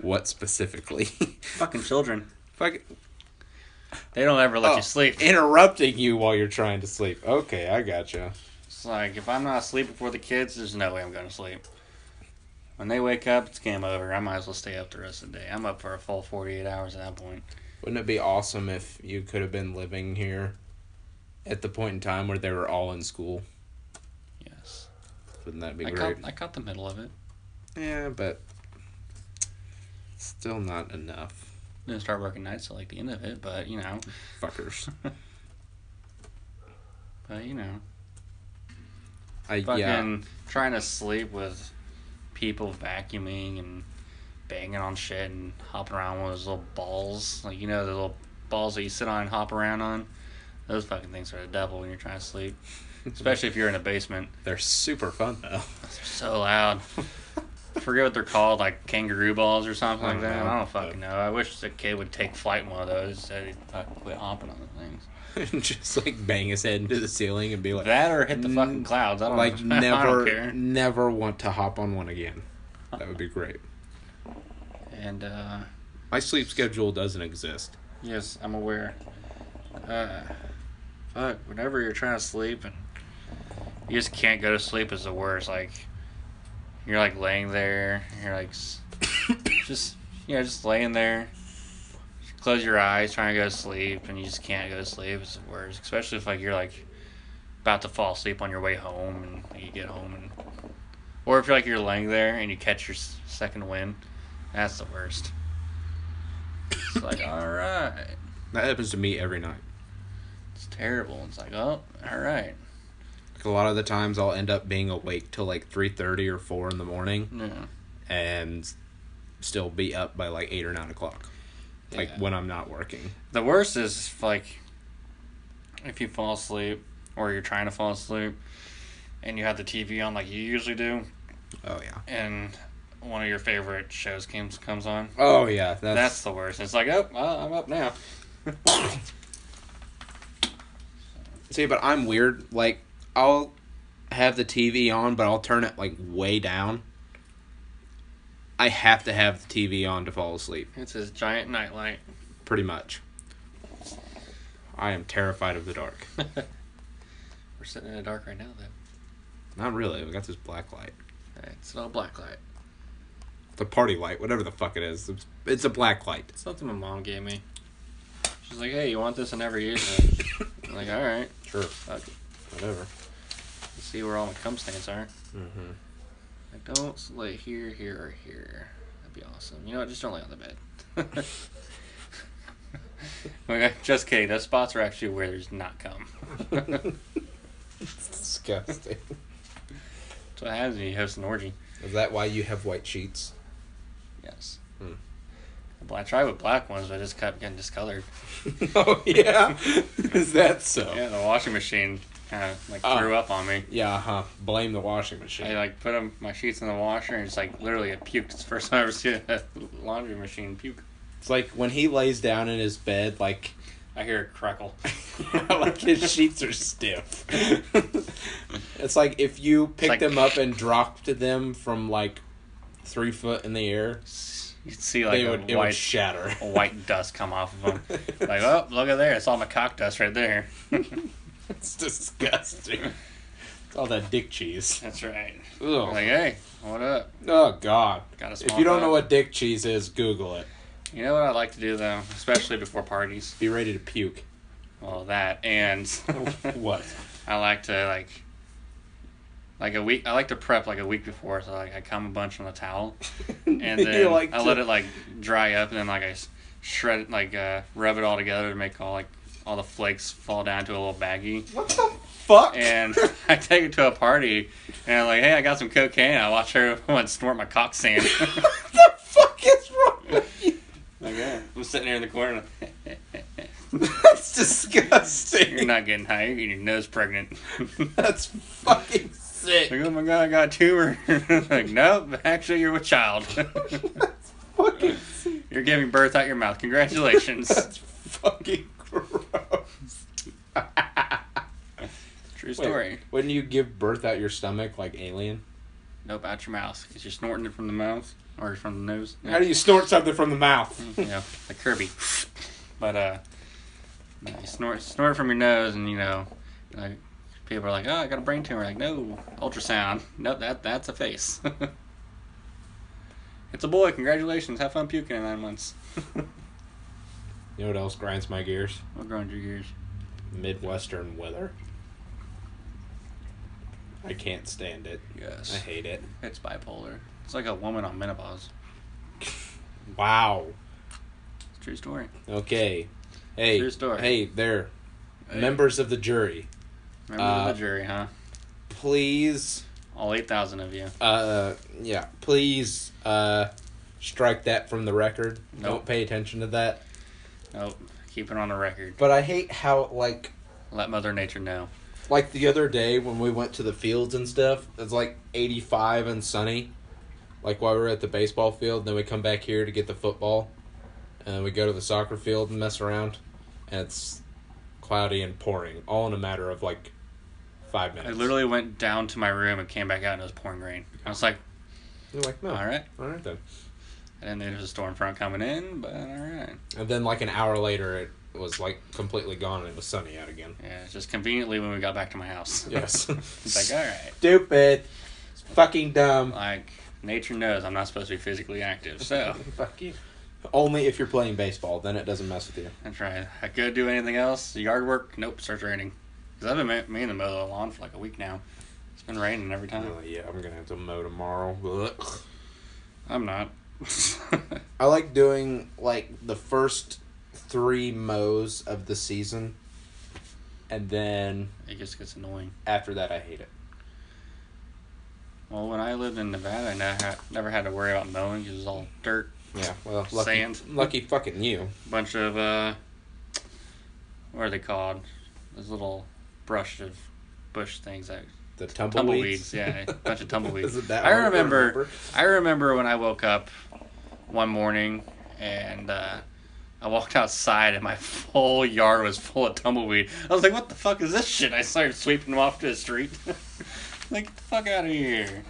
Speaker 2: what specifically?
Speaker 1: Fucking children.
Speaker 2: Fuck
Speaker 1: They don't ever let
Speaker 2: Oh.
Speaker 1: you sleep.
Speaker 2: interrupting you while you're trying to sleep. Okay, I gotcha.
Speaker 1: It's like if I'm not asleep before the kids, there's no way I'm going to sleep. When they wake up, it's game over. I might as well stay up the rest of the day. I'm up for a full 48 hours at that point.
Speaker 2: Wouldn't it be awesome if you could have been living here at the point in time where they were all in school?
Speaker 1: Yes.
Speaker 2: Wouldn't that be
Speaker 1: I caught,
Speaker 2: great?
Speaker 1: I caught the middle of it.
Speaker 2: Yeah, but still not enough.
Speaker 1: Didn't start working nights till like the end of it, but you know,
Speaker 2: Fuckers.
Speaker 1: but you know,
Speaker 2: I
Speaker 1: fucking
Speaker 2: yeah.
Speaker 1: trying to sleep with people vacuuming and banging on shit and hopping around with those little balls, like you know, the little balls that you sit on and hop around on. Those fucking things are the devil when you're trying to sleep, especially if you're in a basement.
Speaker 2: They're super fun though.
Speaker 1: They're so loud. I forget what they're called, like kangaroo balls or something
Speaker 2: I
Speaker 1: like
Speaker 2: don't
Speaker 1: that.
Speaker 2: know,
Speaker 1: I don't
Speaker 2: but-
Speaker 1: fucking know. I wish the kid would take flight in one of those so he'd fucking quit hopping on the things.
Speaker 2: Just like bang his head into the ceiling and be like
Speaker 1: That or hit the
Speaker 2: Mm,
Speaker 1: fucking clouds. I don't
Speaker 2: like
Speaker 1: I don't
Speaker 2: never
Speaker 1: care.
Speaker 2: never want to hop on one again. That would be great.
Speaker 1: And uh,
Speaker 2: My sleep schedule doesn't exist.
Speaker 1: yes, I'm aware. Uh, fuck. Whenever you're trying to sleep and you just can't go to sleep is the worst. Like you're like laying there. You're like s- just you know just laying there. Just Close your eyes, trying to go to sleep, and you just can't go to sleep. It's the worst, especially if like you're like about to fall asleep on your way home, and like, you get home, and or if you're like you're laying there and you catch your s- second wind, that's the worst. It's like all right,
Speaker 2: That happens to me every night.
Speaker 1: it's terrible. It's like oh, all right,
Speaker 2: Like a lot of the times, I'll end up being awake till like three thirty or four in the morning,
Speaker 1: no,
Speaker 2: and still be up by like eight or nine o'clock. Like
Speaker 1: Yeah.
Speaker 2: when I'm not working.
Speaker 1: The worst is if, like if you fall asleep or you're trying to fall asleep and you have the TV on like you usually do
Speaker 2: Oh yeah.
Speaker 1: and one of your favorite shows comes comes on.
Speaker 2: Oh yeah.
Speaker 1: That's,
Speaker 2: That's,
Speaker 1: the worst. It's like, "Oh, well, I'm up now."
Speaker 2: see, but I'm weird. Like I'll have the TV on, but I'll turn it like way down. I have to have the TV on to fall asleep,
Speaker 1: It's his giant nightlight.
Speaker 2: pretty much. I am terrified of the dark.
Speaker 1: We're sitting in the dark right now though.
Speaker 2: Not really. We got this black light.
Speaker 1: It's not black light.
Speaker 2: The party light, whatever the fuck it is. It's, it's a black light.
Speaker 1: It's something my mom gave me. She's like, "Hey, you want this?" I never used it. I'm like, "All right,
Speaker 2: Sure. Fuck it. Whatever.
Speaker 1: Let's see where all my cum stains are."
Speaker 2: Mm-hmm.
Speaker 1: Like, don't lay here, here, or here. That'd be awesome. You know what? Just don't lay on the bed. okay, just kidding. Those spots are actually where there's not cum. That's
Speaker 2: It's disgusting.
Speaker 1: what happens when you host an orgy.
Speaker 2: Is that why you have white sheets?
Speaker 1: Yes.
Speaker 2: Hmm.
Speaker 1: Well, I tried with black ones, but I just kept getting discolored.
Speaker 2: oh yeah, is that so?
Speaker 1: Yeah, the washing machine kind of like
Speaker 2: Oh.
Speaker 1: threw up on me.
Speaker 2: Yeah, huh? Blame the washing machine.
Speaker 1: I like put 'em- my sheets in the washer and it's like literally it puked. It's the first time I've ever seen a laundry machine puke.
Speaker 2: It's like when he lays down in his bed, like
Speaker 1: I hear it crackle.
Speaker 2: like his sheets are stiff. it's like if you picked
Speaker 1: like-
Speaker 2: them up and dropped them from like three foot in the air,
Speaker 1: You'd see like
Speaker 2: it
Speaker 1: a
Speaker 2: would, it would
Speaker 1: white
Speaker 2: shatter.
Speaker 1: a white dust come off of them. like, oh, look at there, it's all my cock dust right there.
Speaker 2: It's disgusting. All that dick cheese.
Speaker 1: That's right.
Speaker 2: Ugh.
Speaker 1: Like, hey, what up?
Speaker 2: oh God.
Speaker 1: Got a
Speaker 2: If
Speaker 1: small
Speaker 2: you don't
Speaker 1: bag.
Speaker 2: know what dick cheese is, Google it.
Speaker 1: You know what I like to do though, especially before parties.
Speaker 2: Be ready to puke.
Speaker 1: Well, that and
Speaker 2: what?
Speaker 1: I like to like like a week. I like to prep like a week before, so like I come a bunch on the towel, and
Speaker 2: You
Speaker 1: then
Speaker 2: like
Speaker 1: I
Speaker 2: to-
Speaker 1: let it like dry up, and then like I s- shred it, like uh, rub it all together to make all like all the flakes fall down to a little baggie.
Speaker 2: What the fuck?
Speaker 1: And I take it to a party, and I'm like, hey, I got some cocaine. I watch everyone snort my cock sand.
Speaker 2: what the fuck is wrong with you?
Speaker 1: okay. I'm sitting here in the corner.
Speaker 2: That's disgusting.
Speaker 1: You're not getting high. You're getting your nose pregnant.
Speaker 2: That's fucking
Speaker 1: Like,
Speaker 2: sick.
Speaker 1: oh my god, I got a tumor. like, nope, actually, you're a child.
Speaker 2: That's fucking sick.
Speaker 1: you're giving birth out your mouth. Congratulations.
Speaker 2: That's fucking gross.
Speaker 1: True
Speaker 2: Wait,
Speaker 1: story.
Speaker 2: wouldn't you give birth out your stomach like alien?
Speaker 1: Nope, out your mouth. Because you're snorting it from the mouth or from the nose.
Speaker 2: How do you snort something from the mouth?
Speaker 1: you know, like Kirby. But, uh, no, you snort, snort it from your nose, and, you know, like, people are like, oh, I got a brain tumor. Like, no, ultrasound. Nope, that, that's a face. it's a boy. Congratulations. Have fun puking in nine months.
Speaker 2: You know what else grinds my gears?
Speaker 1: We're growing your ears.
Speaker 2: Midwestern weather. I can't stand it.
Speaker 1: Yes.
Speaker 2: I hate it.
Speaker 1: It's bipolar. It's like a woman on menopause.
Speaker 2: Wow.
Speaker 1: It's a true story.
Speaker 2: Okay. Hey.
Speaker 1: True story.
Speaker 2: Hey, there.
Speaker 1: Hey.
Speaker 2: Members of the jury,
Speaker 1: Remember
Speaker 2: Uh,
Speaker 1: the jury, huh?
Speaker 2: please
Speaker 1: All 8,000 of you.
Speaker 2: uh yeah, please uh strike that from the record. Don't
Speaker 1: Nope.
Speaker 2: pay attention to that.
Speaker 1: Nope. Keep it on the record.
Speaker 2: But I hate how like
Speaker 1: Let Mother Nature know.
Speaker 2: like the other day when we went to the fields and stuff, it's like 85 and sunny. Like while we were at the baseball field, and then we come back here to get the football, and we go to the soccer field and mess around, and it's cloudy and pouring, all in a matter of like five
Speaker 1: I
Speaker 2: minutes.
Speaker 1: literally went down to my room and came back out and it was pouring rain. I was like,
Speaker 2: You're like, no,
Speaker 1: all
Speaker 2: all right,
Speaker 1: right.
Speaker 2: all right then.
Speaker 1: I didn't think there was a storm front coming in, but all right.
Speaker 2: And then like an hour later, it was like completely gone, and it was sunny out again.
Speaker 1: Yeah, it's just conveniently when we got back to my house.
Speaker 2: Yes,
Speaker 1: it's like, "Ah." all right.
Speaker 2: stupid, it's fucking dumb.
Speaker 1: Like, nature knows I'm not supposed to be physically active, so.
Speaker 2: Fuck you. Only if you're playing baseball, then it doesn't mess with you.
Speaker 1: That's right. I could do anything else. Yard work? Nope. Starts raining. Cause I've been ma- me in the middle of the lawn for like a week now. It's been raining every time.
Speaker 2: Oh, yeah, I'm gonna have to mow tomorrow. Ugh.
Speaker 1: I'm not.
Speaker 2: I like doing like the first three mows of the season, and then
Speaker 1: it just gets annoying.
Speaker 2: after that, I hate it.
Speaker 1: Well, when I lived in Nevada, I never had, never had to worry about mowing 'cause it was all dirt,
Speaker 2: Yeah, well, lucky,
Speaker 1: Sand.
Speaker 2: lucky fucking you.
Speaker 1: bunch of uh, what are they called? Those little brush of bush things that
Speaker 2: The tumbleweeds.
Speaker 1: tumbleweeds. yeah, a bunch of tumbleweeds.
Speaker 2: Isn't that
Speaker 1: I
Speaker 2: hard to
Speaker 1: remember,
Speaker 2: remember?
Speaker 1: I remember when I woke up one morning and uh, I walked outside and my whole yard was full of tumbleweed. I was like, "What the fuck is this shit?" I started sweeping them off to the street. like, get the fuck out of here!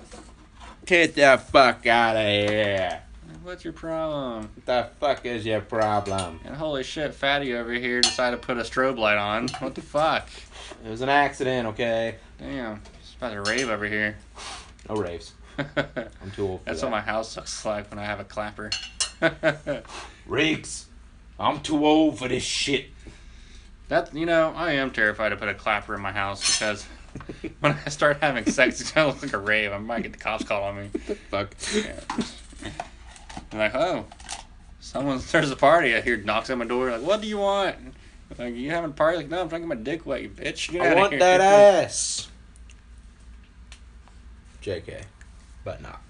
Speaker 2: Get the fuck out of here.
Speaker 1: What's your problem?
Speaker 2: What the fuck is your problem?
Speaker 1: And holy shit, Fatty over here decided to put a strobe light on. What the fuck?
Speaker 2: It was an accident, okay?
Speaker 1: Damn, it's about to rave over here.
Speaker 2: No raves. I'm too old for
Speaker 1: That's
Speaker 2: that.
Speaker 1: what my house looks like when I have a clapper. that
Speaker 2: Riggs, I'm too old for this shit.
Speaker 1: you know, I am terrified to put a clapper in my house because when I start having sex, it's gonna look like a rave. I might get the cops called on me.
Speaker 2: Fuck.
Speaker 1: I'm like, oh, someone there's a party. I hear knocks on my door. Like, what do you want? Like, you having a party? Like, no, I'm trying to get my dick wet, you bitch. Get
Speaker 2: I
Speaker 1: outta
Speaker 2: want
Speaker 1: here."
Speaker 2: that ass. JK. But not.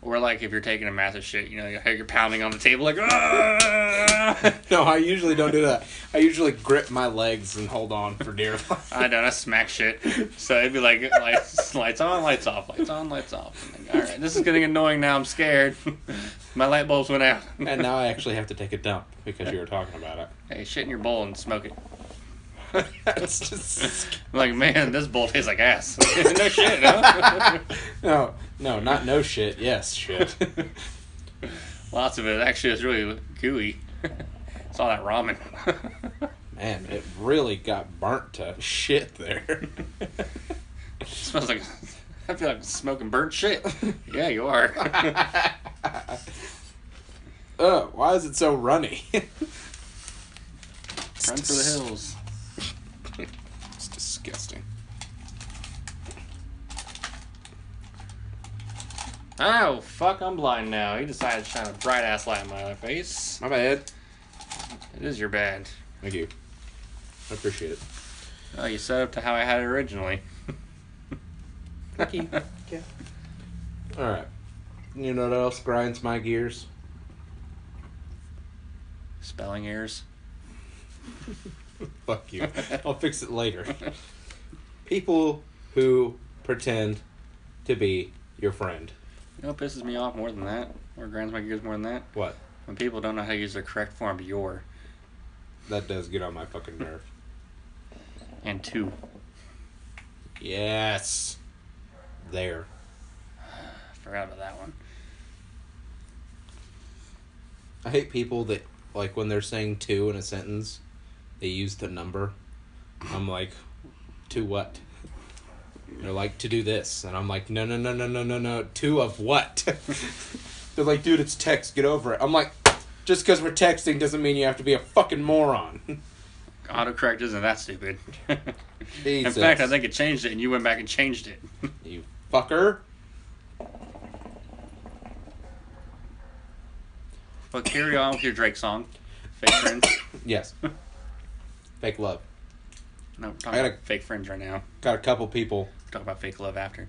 Speaker 1: Or like, if you're taking a massive shit, you know, you're you're pounding on the table like, ah!
Speaker 2: No, I usually don't do that. I usually grip my legs and hold on for dear life.
Speaker 1: I don't. I smack shit. So it'd be like lights, lights on, lights off, lights on, lights off. I'm like, all right, this is getting annoying now. I'm scared. My light bulbs went out.
Speaker 2: and now I actually have to take a dump because you were talking about it.
Speaker 1: hey, shit in your bowl and smoke it.
Speaker 2: That's just
Speaker 1: I'm like, man, this bowl tastes like ass. no shit. No?
Speaker 2: no, no, not no shit. Yes, shit.
Speaker 1: Lots of it. Actually, it's really gooey. it's all that ramen.
Speaker 2: Man, it really got burnt to shit there.
Speaker 1: It smells like. I feel like I'm smoking burnt shit. yeah, you are.
Speaker 2: Ugh, why is it so runny?
Speaker 1: Run for the hills.
Speaker 2: It's disgusting.
Speaker 1: Oh, fuck, I'm blind now. He decided to shine a bright ass light in my other face.
Speaker 2: My bad.
Speaker 1: It is your bad.
Speaker 2: Thank you. I appreciate it.
Speaker 1: Oh, you set up to how I had it originally.
Speaker 2: Lucky. yeah. All right. You know what else grinds my gears?
Speaker 1: Spelling errors.
Speaker 2: Fuck you. I'll fix it later. People who pretend to be your friend.
Speaker 1: You know what pisses me off more than that? Or grinds my gears more than that?
Speaker 2: What?
Speaker 1: When people don't know how to use the correct form of your
Speaker 2: That does get on my fucking nerve.
Speaker 1: and to.
Speaker 2: Yes. There.
Speaker 1: I forgot about that one.
Speaker 2: I hate people that like when they're saying two in a sentence, they use the number. I'm like, to what? They're like to do this, and I'm like, no, no, no, no, no, no, no. Two of what? they're like, dude, it's text. Get over it. I'm like, just because we're texting doesn't mean you have to be a fucking moron.
Speaker 1: Autocorrect isn't that stupid. in
Speaker 2: Jesus.
Speaker 1: fact, I think it changed it and you went back and changed it.
Speaker 2: you fucker.
Speaker 1: but carry on with your Drake song. Fake friends.
Speaker 2: Yes. Fake love.
Speaker 1: No, we're
Speaker 2: I
Speaker 1: talking
Speaker 2: gotta-
Speaker 1: about fake friends right now.
Speaker 2: Got a couple people
Speaker 1: Talk about fake love after.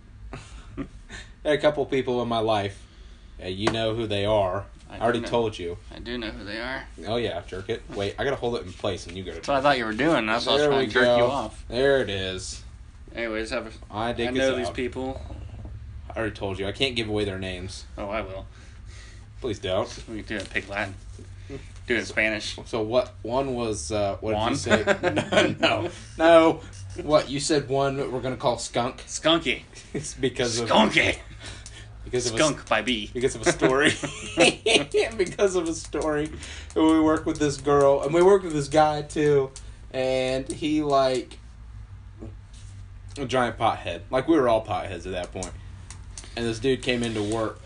Speaker 2: had a couple people in my life. Uh, you know who they are.
Speaker 1: I
Speaker 2: I,
Speaker 1: do
Speaker 2: already
Speaker 1: know.
Speaker 2: told you.
Speaker 1: I do know who they are.
Speaker 2: Oh yeah, jerk it. Wait, I gotta hold it in place, and you gotta.
Speaker 1: That's what I thought you were doing. That's why I was trying to jerk you off.
Speaker 2: There it is.
Speaker 1: Anyways, have a,
Speaker 2: I dig
Speaker 1: I know
Speaker 2: us
Speaker 1: these
Speaker 2: out.
Speaker 1: people.
Speaker 2: I already told you. I can't give away their names.
Speaker 1: Oh, I will.
Speaker 2: Please don't.
Speaker 1: We can do it in pig Latin. Do it in Spanish.
Speaker 2: So what? One was uh, what did
Speaker 1: Juan?
Speaker 2: you say? no, no, no. What you said? One that we're gonna call skunk.
Speaker 1: Skunky.
Speaker 2: It's because of
Speaker 1: Skunky.
Speaker 2: because of a
Speaker 1: Skunk by B.
Speaker 2: because of a story. because of a story. And we work with this girl, and we work with this guy too, and he like a giant pothead. Like we were all potheads at that point. And this dude came into work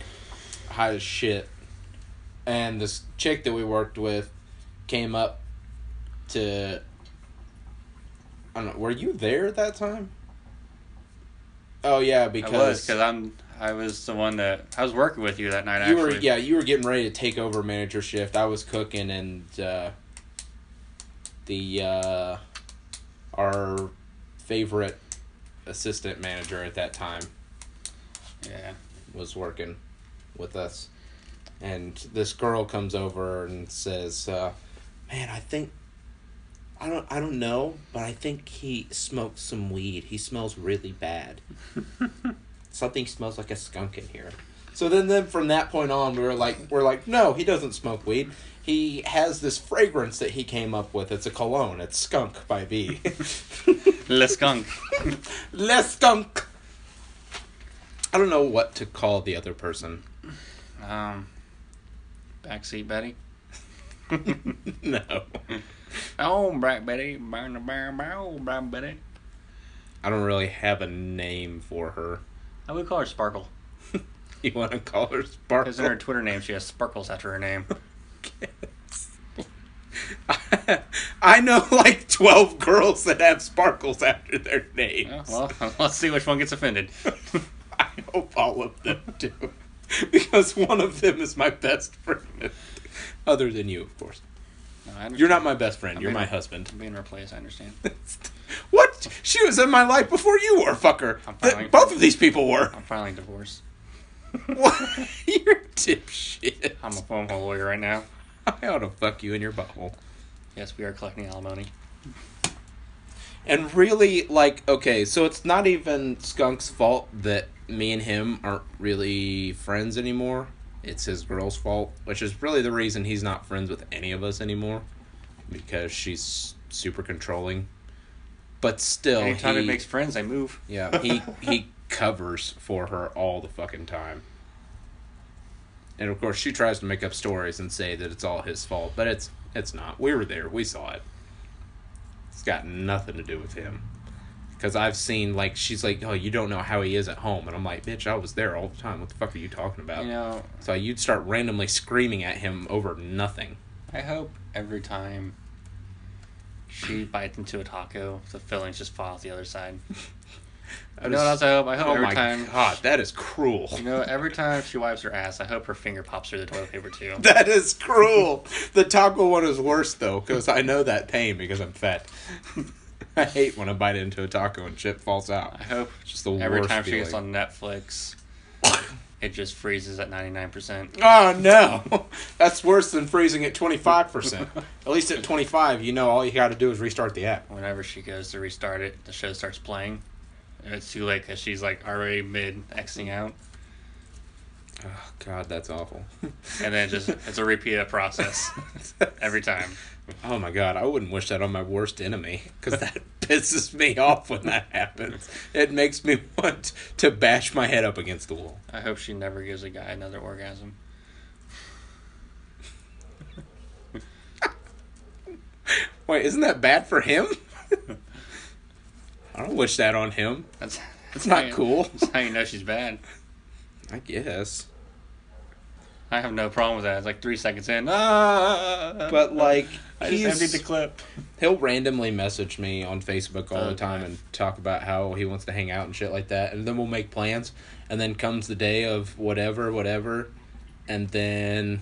Speaker 2: high as shit. And this chick that we worked with came up to I don't know, were you there at that time? Oh yeah,
Speaker 1: I
Speaker 2: because
Speaker 1: was because I'm. I was the one that I was working with you that night.
Speaker 2: you
Speaker 1: actually.
Speaker 2: were yeah you were getting ready to take over manager shift i was cooking and uh the uh our favorite assistant manager at that time
Speaker 1: Yeah.
Speaker 2: was working with us and this girl comes over and says uh man i think i don't i don't know but i think he smoked some weed he smells really bad something smells like a skunk in here so then then from that point on we were like we're like no he doesn't smoke weed he has this fragrance that he came up with it's a cologne it's skunk by b
Speaker 1: Le skunk.
Speaker 2: les skunk i don't know what to call the other person
Speaker 1: Um. Backseat Betty.
Speaker 2: no
Speaker 1: Oh, Black Betty. Bow, bow, bow, Black Betty.
Speaker 2: I don't really have a name for her.
Speaker 1: I would call her Sparkle.
Speaker 2: You want to call her Sparkle?
Speaker 1: Because in her Twitter name, she has sparkles after her name.
Speaker 2: I know like 12 girls that have sparkles after their names.
Speaker 1: Yeah, well, let's see which one gets offended.
Speaker 2: I hope all of them do. Because one of them is my best friend. Other than you, of course.
Speaker 1: No, I
Speaker 2: You're not my best friend,
Speaker 1: I
Speaker 2: you're
Speaker 1: mean-
Speaker 2: my husband.
Speaker 1: I'm being replaced. I understand.
Speaker 2: what? She was in my life before you were, fucker.
Speaker 1: I'm
Speaker 2: Th-
Speaker 1: finally-
Speaker 2: Both of these people were.
Speaker 1: I'm filing divorce.
Speaker 2: What? you're a dipshit.
Speaker 1: I'm a phone call lawyer right now.
Speaker 2: I ought to fuck you in your butthole.
Speaker 1: Yes, we are collecting alimony.
Speaker 2: And really, like, okay, so it's not even Skunk's fault that me and him aren't really friends anymore. It's his girl's fault, which is really the reason he's not friends with any of us anymore, because she's super controlling. But still,
Speaker 1: Anytime
Speaker 2: he,
Speaker 1: it makes friends, I move.
Speaker 2: yeah, he he covers for her all the fucking time. And of course, she tries to make up stories and say that it's all his fault, but it's it's not. We were there. We saw it. It's got nothing to do with him. Because I've seen like she's like, oh, you don't know how he is at home, and I'm like, bitch, I was there all the time. What the fuck are you talking about?
Speaker 1: You know,
Speaker 2: So you'd start randomly screaming at him over nothing.
Speaker 1: I hope every time she bites into a taco, the fillings just fall out the other side.
Speaker 2: I
Speaker 1: You know what else
Speaker 2: just-
Speaker 1: I hope? I hope
Speaker 2: oh
Speaker 1: every
Speaker 2: my
Speaker 1: time.
Speaker 2: god, that is cruel.
Speaker 1: You know, every time she wipes her ass, I hope her finger pops through the toilet paper too.
Speaker 2: That is cruel. the taco one is worse though, because I know that pain because I'm fat. I hate when I bite into a taco and shit falls out.
Speaker 1: I hope
Speaker 2: It's just the
Speaker 1: every
Speaker 2: worst
Speaker 1: time she
Speaker 2: feeling.
Speaker 1: gets on Netflix, it just freezes at ninety nine percent.
Speaker 2: Oh no, that's worse than freezing at twenty five percent. At least at twenty five, you know all you got to do is restart the app.
Speaker 1: Whenever she goes to restart it, the show starts playing. And it's too late because she's like already mid Xing out,
Speaker 2: Oh god, that's awful.
Speaker 1: and then just it's a repeated process every time.
Speaker 2: Oh my god, I wouldn't wish that on my worst enemy because that pisses me off when that happens. It makes me want to bash my head up against the wall.
Speaker 1: I hope she never gives a guy another orgasm.
Speaker 2: Wait, isn't that bad for him? I don't wish that on him.
Speaker 1: That's that's
Speaker 2: It's
Speaker 1: how
Speaker 2: not
Speaker 1: you-
Speaker 2: cool.
Speaker 1: That's how you know she's bad.
Speaker 2: I guess.
Speaker 1: I have no problem with that. It's like three seconds in. Ah,
Speaker 2: But like
Speaker 1: I just
Speaker 2: he's,
Speaker 1: emptied the clip.
Speaker 2: he'll randomly message me on Facebook all the
Speaker 1: Oh,
Speaker 2: time
Speaker 1: nice.
Speaker 2: and talk about how he wants to hang out and shit like that and then we'll make plans and then comes the day of whatever whatever and then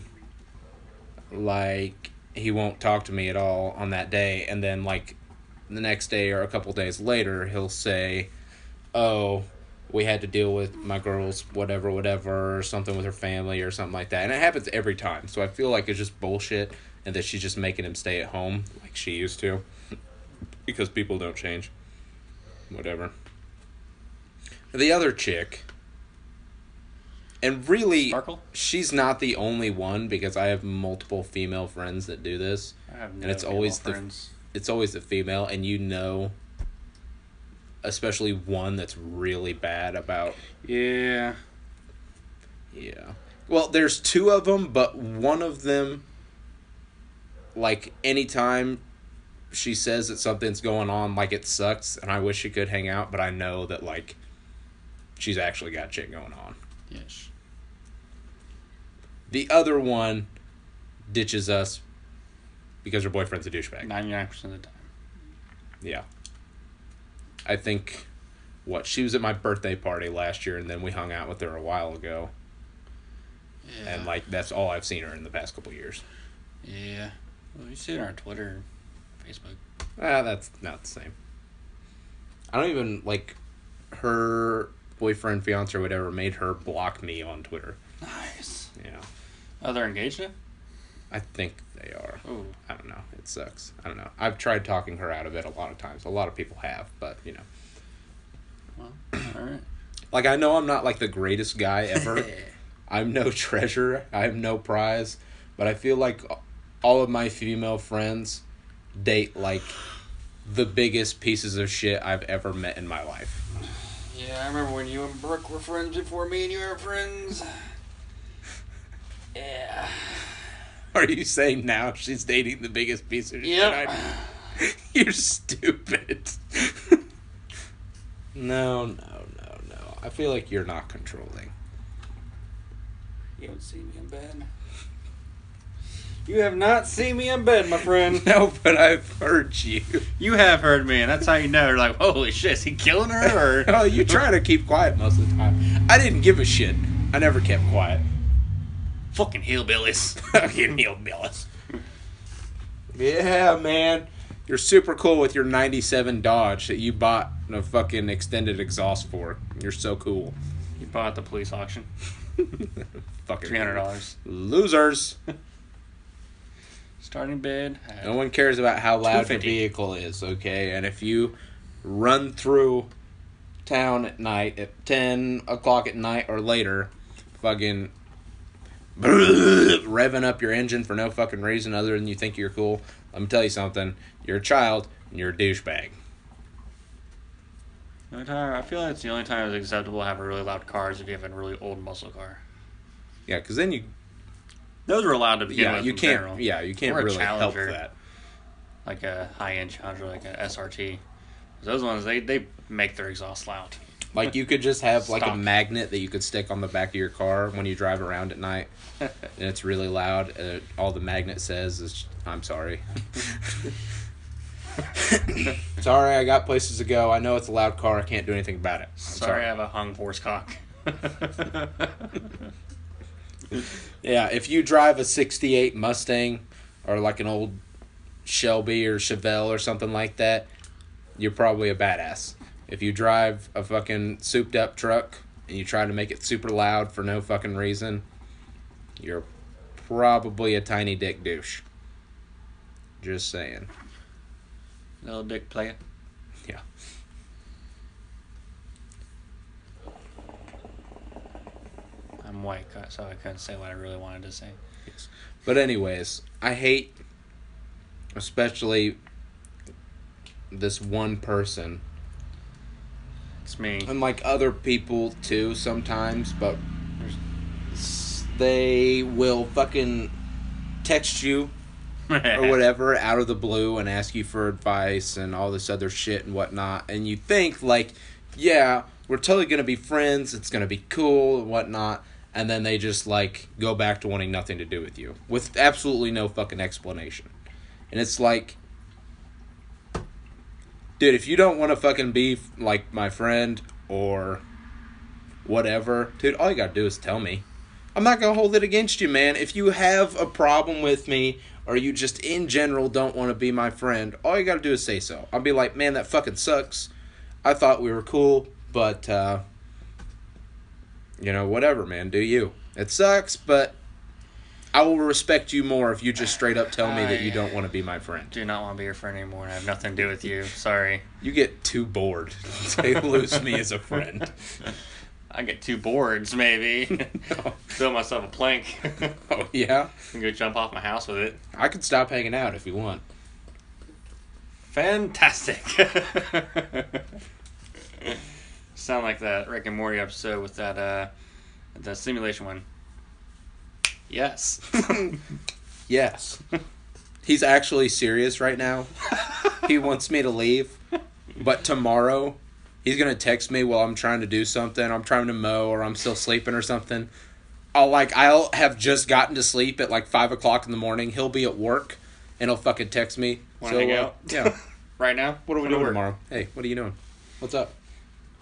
Speaker 2: like he won't talk to me at all on that day and then like the next day or a couple days later he'll say oh we had to deal with my girl's whatever whatever or something with her family or something like that and it happens every time so i feel like it's just bullshit and that she's just making him stay at home like she used to because people don't change whatever the other chick and really
Speaker 1: Sparkle.
Speaker 2: she's not the only one because I have multiple female friends that do this.
Speaker 1: I have no
Speaker 2: And it's always
Speaker 1: female
Speaker 2: the-
Speaker 1: friends.
Speaker 2: It's always the female, and you know, especially one that's really bad about.
Speaker 1: yeah.
Speaker 2: Yeah. Well, there's two of them, but one of them, like, anytime she says that something's going on, like, it sucks, and I wish she could hang out, but I know that, like, she's actually got shit going on.
Speaker 1: Yes.
Speaker 2: The other one ditches us because her boyfriend's a douchebag.
Speaker 1: Ninety nine percent of the time.
Speaker 2: Yeah. I think what she was at my birthday party last year and then we hung out with her a while ago
Speaker 1: Yeah.
Speaker 2: and like that's all I've seen her in the past couple years.
Speaker 1: yeah. Well, you see it on Twitter, Facebook.
Speaker 2: Ah, that's not the same. I don't even like her boyfriend, fiance, or whatever made her block me on Twitter.
Speaker 1: Nice.
Speaker 2: Yeah.
Speaker 1: Oh, they're engaged now.
Speaker 2: I think they are.
Speaker 1: Oh,
Speaker 2: I don't know. It sucks. I don't know. I've tried talking her out of it a lot of times. A lot of people have, but you know.
Speaker 1: well, all right.
Speaker 2: Like I know I'm not like the greatest guy ever. I'm no treasure. I'm no prize. But I feel like all of my female friends date like the biggest pieces of shit I've ever met in my life.
Speaker 1: yeah, I remember when you and Brooke were friends before me and you were friends. Yeah.
Speaker 2: Are you saying now she's dating the biggest piece of shit?
Speaker 1: Yep.
Speaker 2: I- You're stupid. no, no, no, no. I feel like you're not controlling.
Speaker 1: You haven't seen me in bed. You have not seen me in bed, my friend.
Speaker 2: No, but I've heard you.
Speaker 1: You have heard me, and that's how you know. You're like, holy shit, is he killing her? Or
Speaker 2: Oh, you try to keep quiet most of the time. I didn't give a shit. I never kept quiet.
Speaker 1: fucking hillbillies?
Speaker 2: Fucking hillbillies. Yeah, man. You're super cool with your 97 Dodge that you bought a fucking extended exhaust for. You're so cool.
Speaker 1: You bought at the police auction.
Speaker 2: Fucking
Speaker 1: Three hundred dollars.
Speaker 2: Losers.
Speaker 1: Starting bid.
Speaker 2: No one cares about how loud your
Speaker 1: $250.
Speaker 2: vehicle is, okay? And if you run through town at night at 10 o'clock at night or later, fucking revving up your engine for no fucking reason other than you think you're cool, let me tell you something. You're a child and you're a douchebag.
Speaker 1: The only time- I feel like it's the only time it's acceptable to have a really loud car is if you have a really old muscle car.
Speaker 2: Yeah, because then you
Speaker 1: Those were allowed to begin
Speaker 2: Yeah,
Speaker 1: with.
Speaker 2: you
Speaker 1: in
Speaker 2: can't.
Speaker 1: general.
Speaker 2: Yeah, you can't
Speaker 1: Or a
Speaker 2: really help
Speaker 1: Challenger.
Speaker 2: that.
Speaker 1: Like a high end Challenger, like a SRT. Those ones, they, they make their exhaust loud.
Speaker 2: Like you could just have like a
Speaker 1: Stop.
Speaker 2: magnet that you could stick on the back of your car when you drive around at night, and it's really loud. And all the magnet says is, "I'm sorry." sorry, I got places to go. I know it's a loud car. I can't do anything about it. I'm
Speaker 1: Sorry,
Speaker 2: sorry.
Speaker 1: I have a hung horse cock.
Speaker 2: Yeah, if you drive a '68 Mustang or like an old Shelby or Chevelle or something like that, you're probably a badass. If you drive a fucking souped up truck and you try to make it super loud for no fucking reason, you're probably a tiny dick douche. Just saying.
Speaker 1: Little dick player.
Speaker 2: Yeah.
Speaker 1: I'm white, cu- so I couldn't say what I really wanted to say.
Speaker 2: But anyways, I hate especially this one person
Speaker 1: It's me.
Speaker 2: and like other people too sometimes, but s- they will fucking text you or whatever out of the blue and ask you for advice and all this other shit and whatnot, and you think like, yeah, we're totally gonna be friends, it's gonna be cool and whatnot, and then they just like go back to wanting nothing to do with you with absolutely no fucking explanation, and it's like. Dude, if you don't want to fucking be like my friend or whatever, dude, all you gotta do is tell me. I'm not gonna hold it against you, man. If you have a problem with me, or you just in general don't want to be my friend, all you gotta do is say so. I'll be like, man, that fucking sucks. I thought we were cool, but uh, you know, whatever, man. Do you? It sucks, but I will respect you more if you just straight up tell me that you don't want to be my friend.
Speaker 1: Do not want to be your friend anymore. and I have nothing to do with you. Sorry.
Speaker 2: You get too bored. They lose me as a friend.
Speaker 1: I get two boards, maybe. Throw myself a plank
Speaker 2: Oh yeah,
Speaker 1: and go jump off my house with it.
Speaker 2: I could stop hanging out if you want.
Speaker 1: Fantastic. Sound like that Rick and Morty episode with that uh the simulation one. Yes.
Speaker 2: Yes. He's actually serious right now. he wants me to leave, but tomorrow he's going to text me while I'm trying to do something. I'm trying to mow or I'm still sleeping or something. I'll like I'll have just gotten to sleep at like five o'clock in the morning. He'll be at work and he'll fucking text me.
Speaker 1: Wanna hang
Speaker 2: uh,
Speaker 1: out?
Speaker 2: yeah.
Speaker 1: right now?
Speaker 2: What are we
Speaker 1: Go to
Speaker 2: doing
Speaker 1: work.
Speaker 2: tomorrow? Hey, what are you doing? What's up?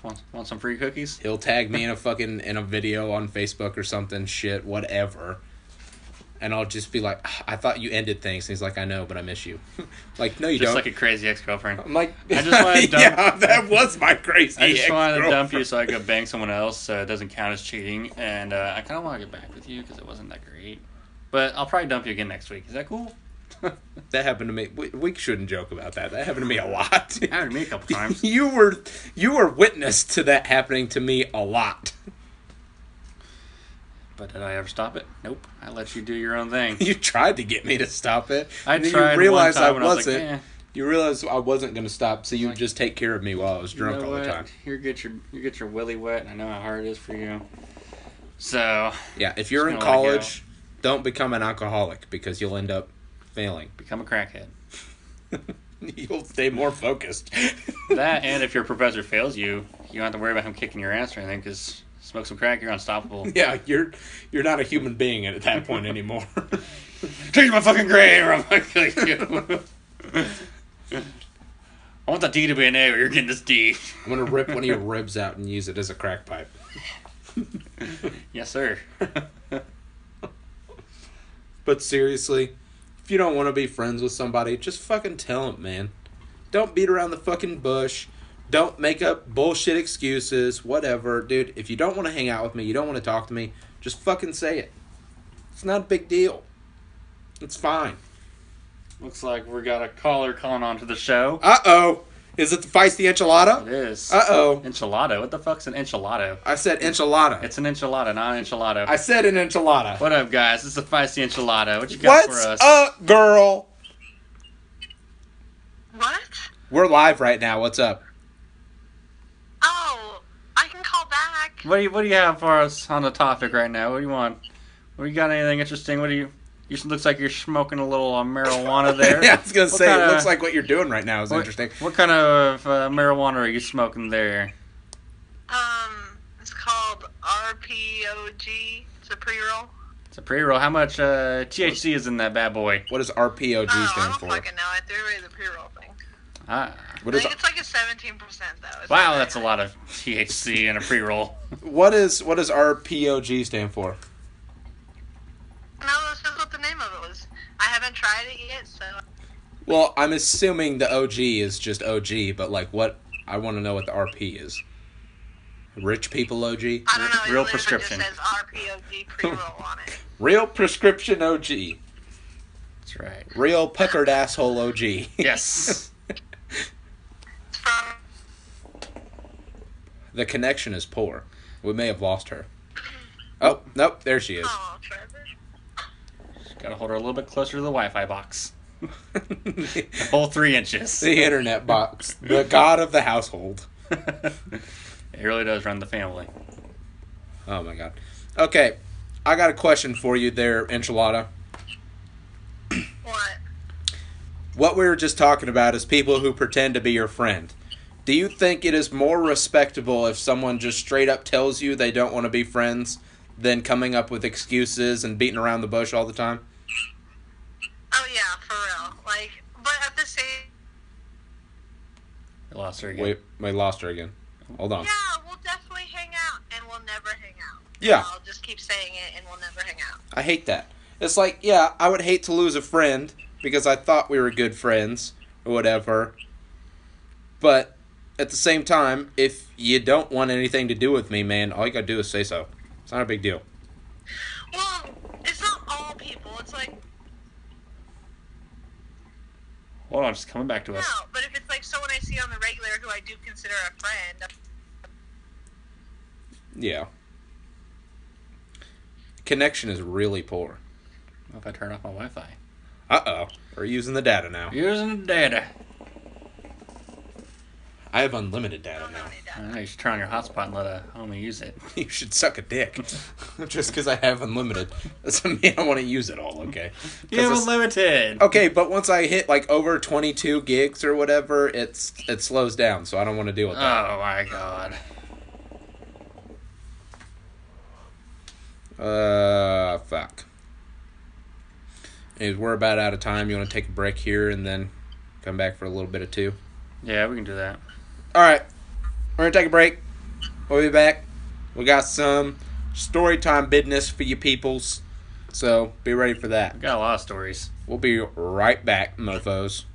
Speaker 1: Want, want some free cookies?
Speaker 2: He'll tag me in a fucking in a video on Facebook or something, shit, whatever. And I'll just be like, "Ah, I thought you ended things. And he's like, I know, but I miss you. like, no, you
Speaker 1: Just
Speaker 2: don't.
Speaker 1: like a crazy ex girlfriend.
Speaker 2: I'm like,
Speaker 1: I just wanna dump-
Speaker 2: yeah, that was my crazy.
Speaker 1: I just wanted to dump you
Speaker 2: ex-girlfriend.
Speaker 1: so I could bang someone else so it doesn't count as cheating. And uh, I kind of want to get back with you because it wasn't that great. But I'll probably dump you again next week. Is that cool?
Speaker 2: That happened to me. We, we shouldn't joke about that. That happened to me a lot.
Speaker 1: Happened to me a couple times.
Speaker 2: you were you were witness to that happening to me a lot.
Speaker 1: But did I ever stop it? Nope. I let you do your own thing.
Speaker 2: You tried to get me to stop it.
Speaker 1: I
Speaker 2: and then
Speaker 1: tried
Speaker 2: You realized
Speaker 1: one time
Speaker 2: I
Speaker 1: and I was like,
Speaker 2: wasn't.
Speaker 1: "Eh."
Speaker 2: You realized I wasn't going to stop, so you
Speaker 1: Like-
Speaker 2: just take care of me while I was drunk
Speaker 1: You know
Speaker 2: all the
Speaker 1: what?
Speaker 2: time.
Speaker 1: You get your you get your willy wet, and I know how hard it is for you. So
Speaker 2: Yeah, if you're in
Speaker 1: Just gonna let
Speaker 2: college, don't become an alcoholic because you'll end up failing.
Speaker 1: become a crackhead.
Speaker 2: You'll stay more focused.
Speaker 1: That and if your professor fails you, you don't have to worry about him kicking your ass or anything because smoke some crack, you're unstoppable.
Speaker 2: yeah, you're you're not a human being at that point anymore.
Speaker 1: Change my fucking grade, or I'm gonna kill you. I want that D to be an A, but you're getting this D.
Speaker 2: I'm gonna rip one of your ribs out and use it as a crack pipe.
Speaker 1: Yes, sir.
Speaker 2: But seriously, if you don't want to be friends with somebody, just fucking tell them, man. Don't beat around the fucking bush. Don't make up bullshit excuses, whatever. Dude, if you don't want to hang out with me, you don't want to talk to me, just fucking say it. It's not a big deal. It's fine.
Speaker 1: Looks like we got a caller calling onto the show.
Speaker 2: Uh oh. Is it the feisty
Speaker 1: It
Speaker 2: enchilada?
Speaker 1: is.
Speaker 2: Uh oh.
Speaker 1: enchilada. What the fuck's an enchilada?
Speaker 2: I said enchilada.
Speaker 1: It's an enchilada, not an enchilada.
Speaker 2: I said an enchilada.
Speaker 1: What up, guys? It's the feisty enchilada. What you got
Speaker 2: What's
Speaker 1: for us?
Speaker 2: up, girl?
Speaker 3: What?
Speaker 2: We're live right now. What's up?
Speaker 3: Oh, I can call back.
Speaker 1: What do you What do you have for us on the topic right now? What do you want? Well, you got anything interesting? What do you? You looks like you're smoking a little uh, marijuana there.
Speaker 2: yeah, I was gonna
Speaker 1: What
Speaker 2: say
Speaker 1: kinda-
Speaker 2: it looks like what you're doing right now is
Speaker 1: what,
Speaker 2: interesting.
Speaker 1: What kind of uh, marijuana are you smoking there?
Speaker 3: Um, it's called RPOG. It's a pre-roll. Oh,
Speaker 1: It's a pre-roll. How much uh, THC is in that bad boy?
Speaker 2: What does RPOG
Speaker 3: Oh, I
Speaker 2: stand
Speaker 3: don't
Speaker 2: for?
Speaker 3: fucking know. I threw away the pre-roll thing.
Speaker 1: Ah.
Speaker 2: What
Speaker 3: I
Speaker 2: is
Speaker 3: think it's like a seventeen percent though. It's
Speaker 1: Wow,
Speaker 3: not
Speaker 1: that's a
Speaker 3: that
Speaker 1: lot of THC in a pre-roll.
Speaker 2: what is what does RPOG stand for?
Speaker 3: high. No, that's just what the name of it was. I haven't tried it yet, so
Speaker 2: Well, I'm assuming the OG is just OG, but like what I want to know what the RP is. Rich people OG?
Speaker 3: I don't know. It
Speaker 1: Real
Speaker 3: literally
Speaker 1: prescription.
Speaker 3: Just says RPOG pre-roll on it.
Speaker 2: Real prescription OG.
Speaker 1: That's right.
Speaker 2: Real puckered asshole OG.
Speaker 1: Yes.
Speaker 3: It's from
Speaker 2: the connection is poor. We may have lost her. Oh, nope, there she is.
Speaker 3: oh, Trevor.
Speaker 1: Got to hold her a little bit closer to the Wi-Fi box. Whole three inches.
Speaker 2: the internet box. The god of the household.
Speaker 1: it really does run the family.
Speaker 2: Oh my god. Okay, I got a question for you there, Enchilada.
Speaker 3: What?
Speaker 2: What we were just talking about is people who pretend to be your friend. Do you think it is more respectable if someone just straight up tells you they don't want to be friends than coming up with excuses and beating around the bush all the time?
Speaker 3: Oh yeah, for real. Like, but at the same.
Speaker 1: I lost her again.
Speaker 2: Wait, we lost her again. Hold on.
Speaker 3: Yeah, we'll definitely hang out, and we'll never hang out.
Speaker 2: Yeah.
Speaker 3: I'll just keep saying it, and we'll never hang out.
Speaker 2: I hate that. It's like, yeah, I would hate to lose a friend because I thought we were good friends or whatever. But at the same time, if you don't want anything to do with me, man, all you gotta do is say so. It's not a big deal.
Speaker 3: Well, it's not all people. It's like
Speaker 1: Hold on, she's coming back to
Speaker 3: no,
Speaker 1: us.
Speaker 3: but if it's like someone I see on the regular who I do consider a friend,
Speaker 2: Yeah. Connection is really poor.
Speaker 1: What if I turn off my Wi-Fi?
Speaker 2: Uh oh. We're using the data now.
Speaker 1: Using data.
Speaker 2: I have unlimited
Speaker 3: I
Speaker 2: data
Speaker 3: don't know
Speaker 2: now.
Speaker 3: any
Speaker 1: I
Speaker 3: data.
Speaker 1: know you should turn on your hotspot and let a homie use it.
Speaker 2: You should suck a dick. Just because I have unlimited doesn't mean I want to use it all, okay? 'Cause
Speaker 1: You have
Speaker 2: it's-
Speaker 1: unlimited.
Speaker 2: Okay, but once I hit like over 22 gigs or whatever, it's it slows down, so I don't want to deal with that.
Speaker 1: Oh my god.
Speaker 2: Uh, fuck. Anyways, we're about out of time. You want to take a break here and then come back for a little bit of two?
Speaker 1: Yeah, we can do that.
Speaker 2: All right, we're gonna take a break. We'll be back. We got some story time business for you peoples, so be ready for that.
Speaker 1: We got a lot of stories.
Speaker 2: We'll be right back, mofo's.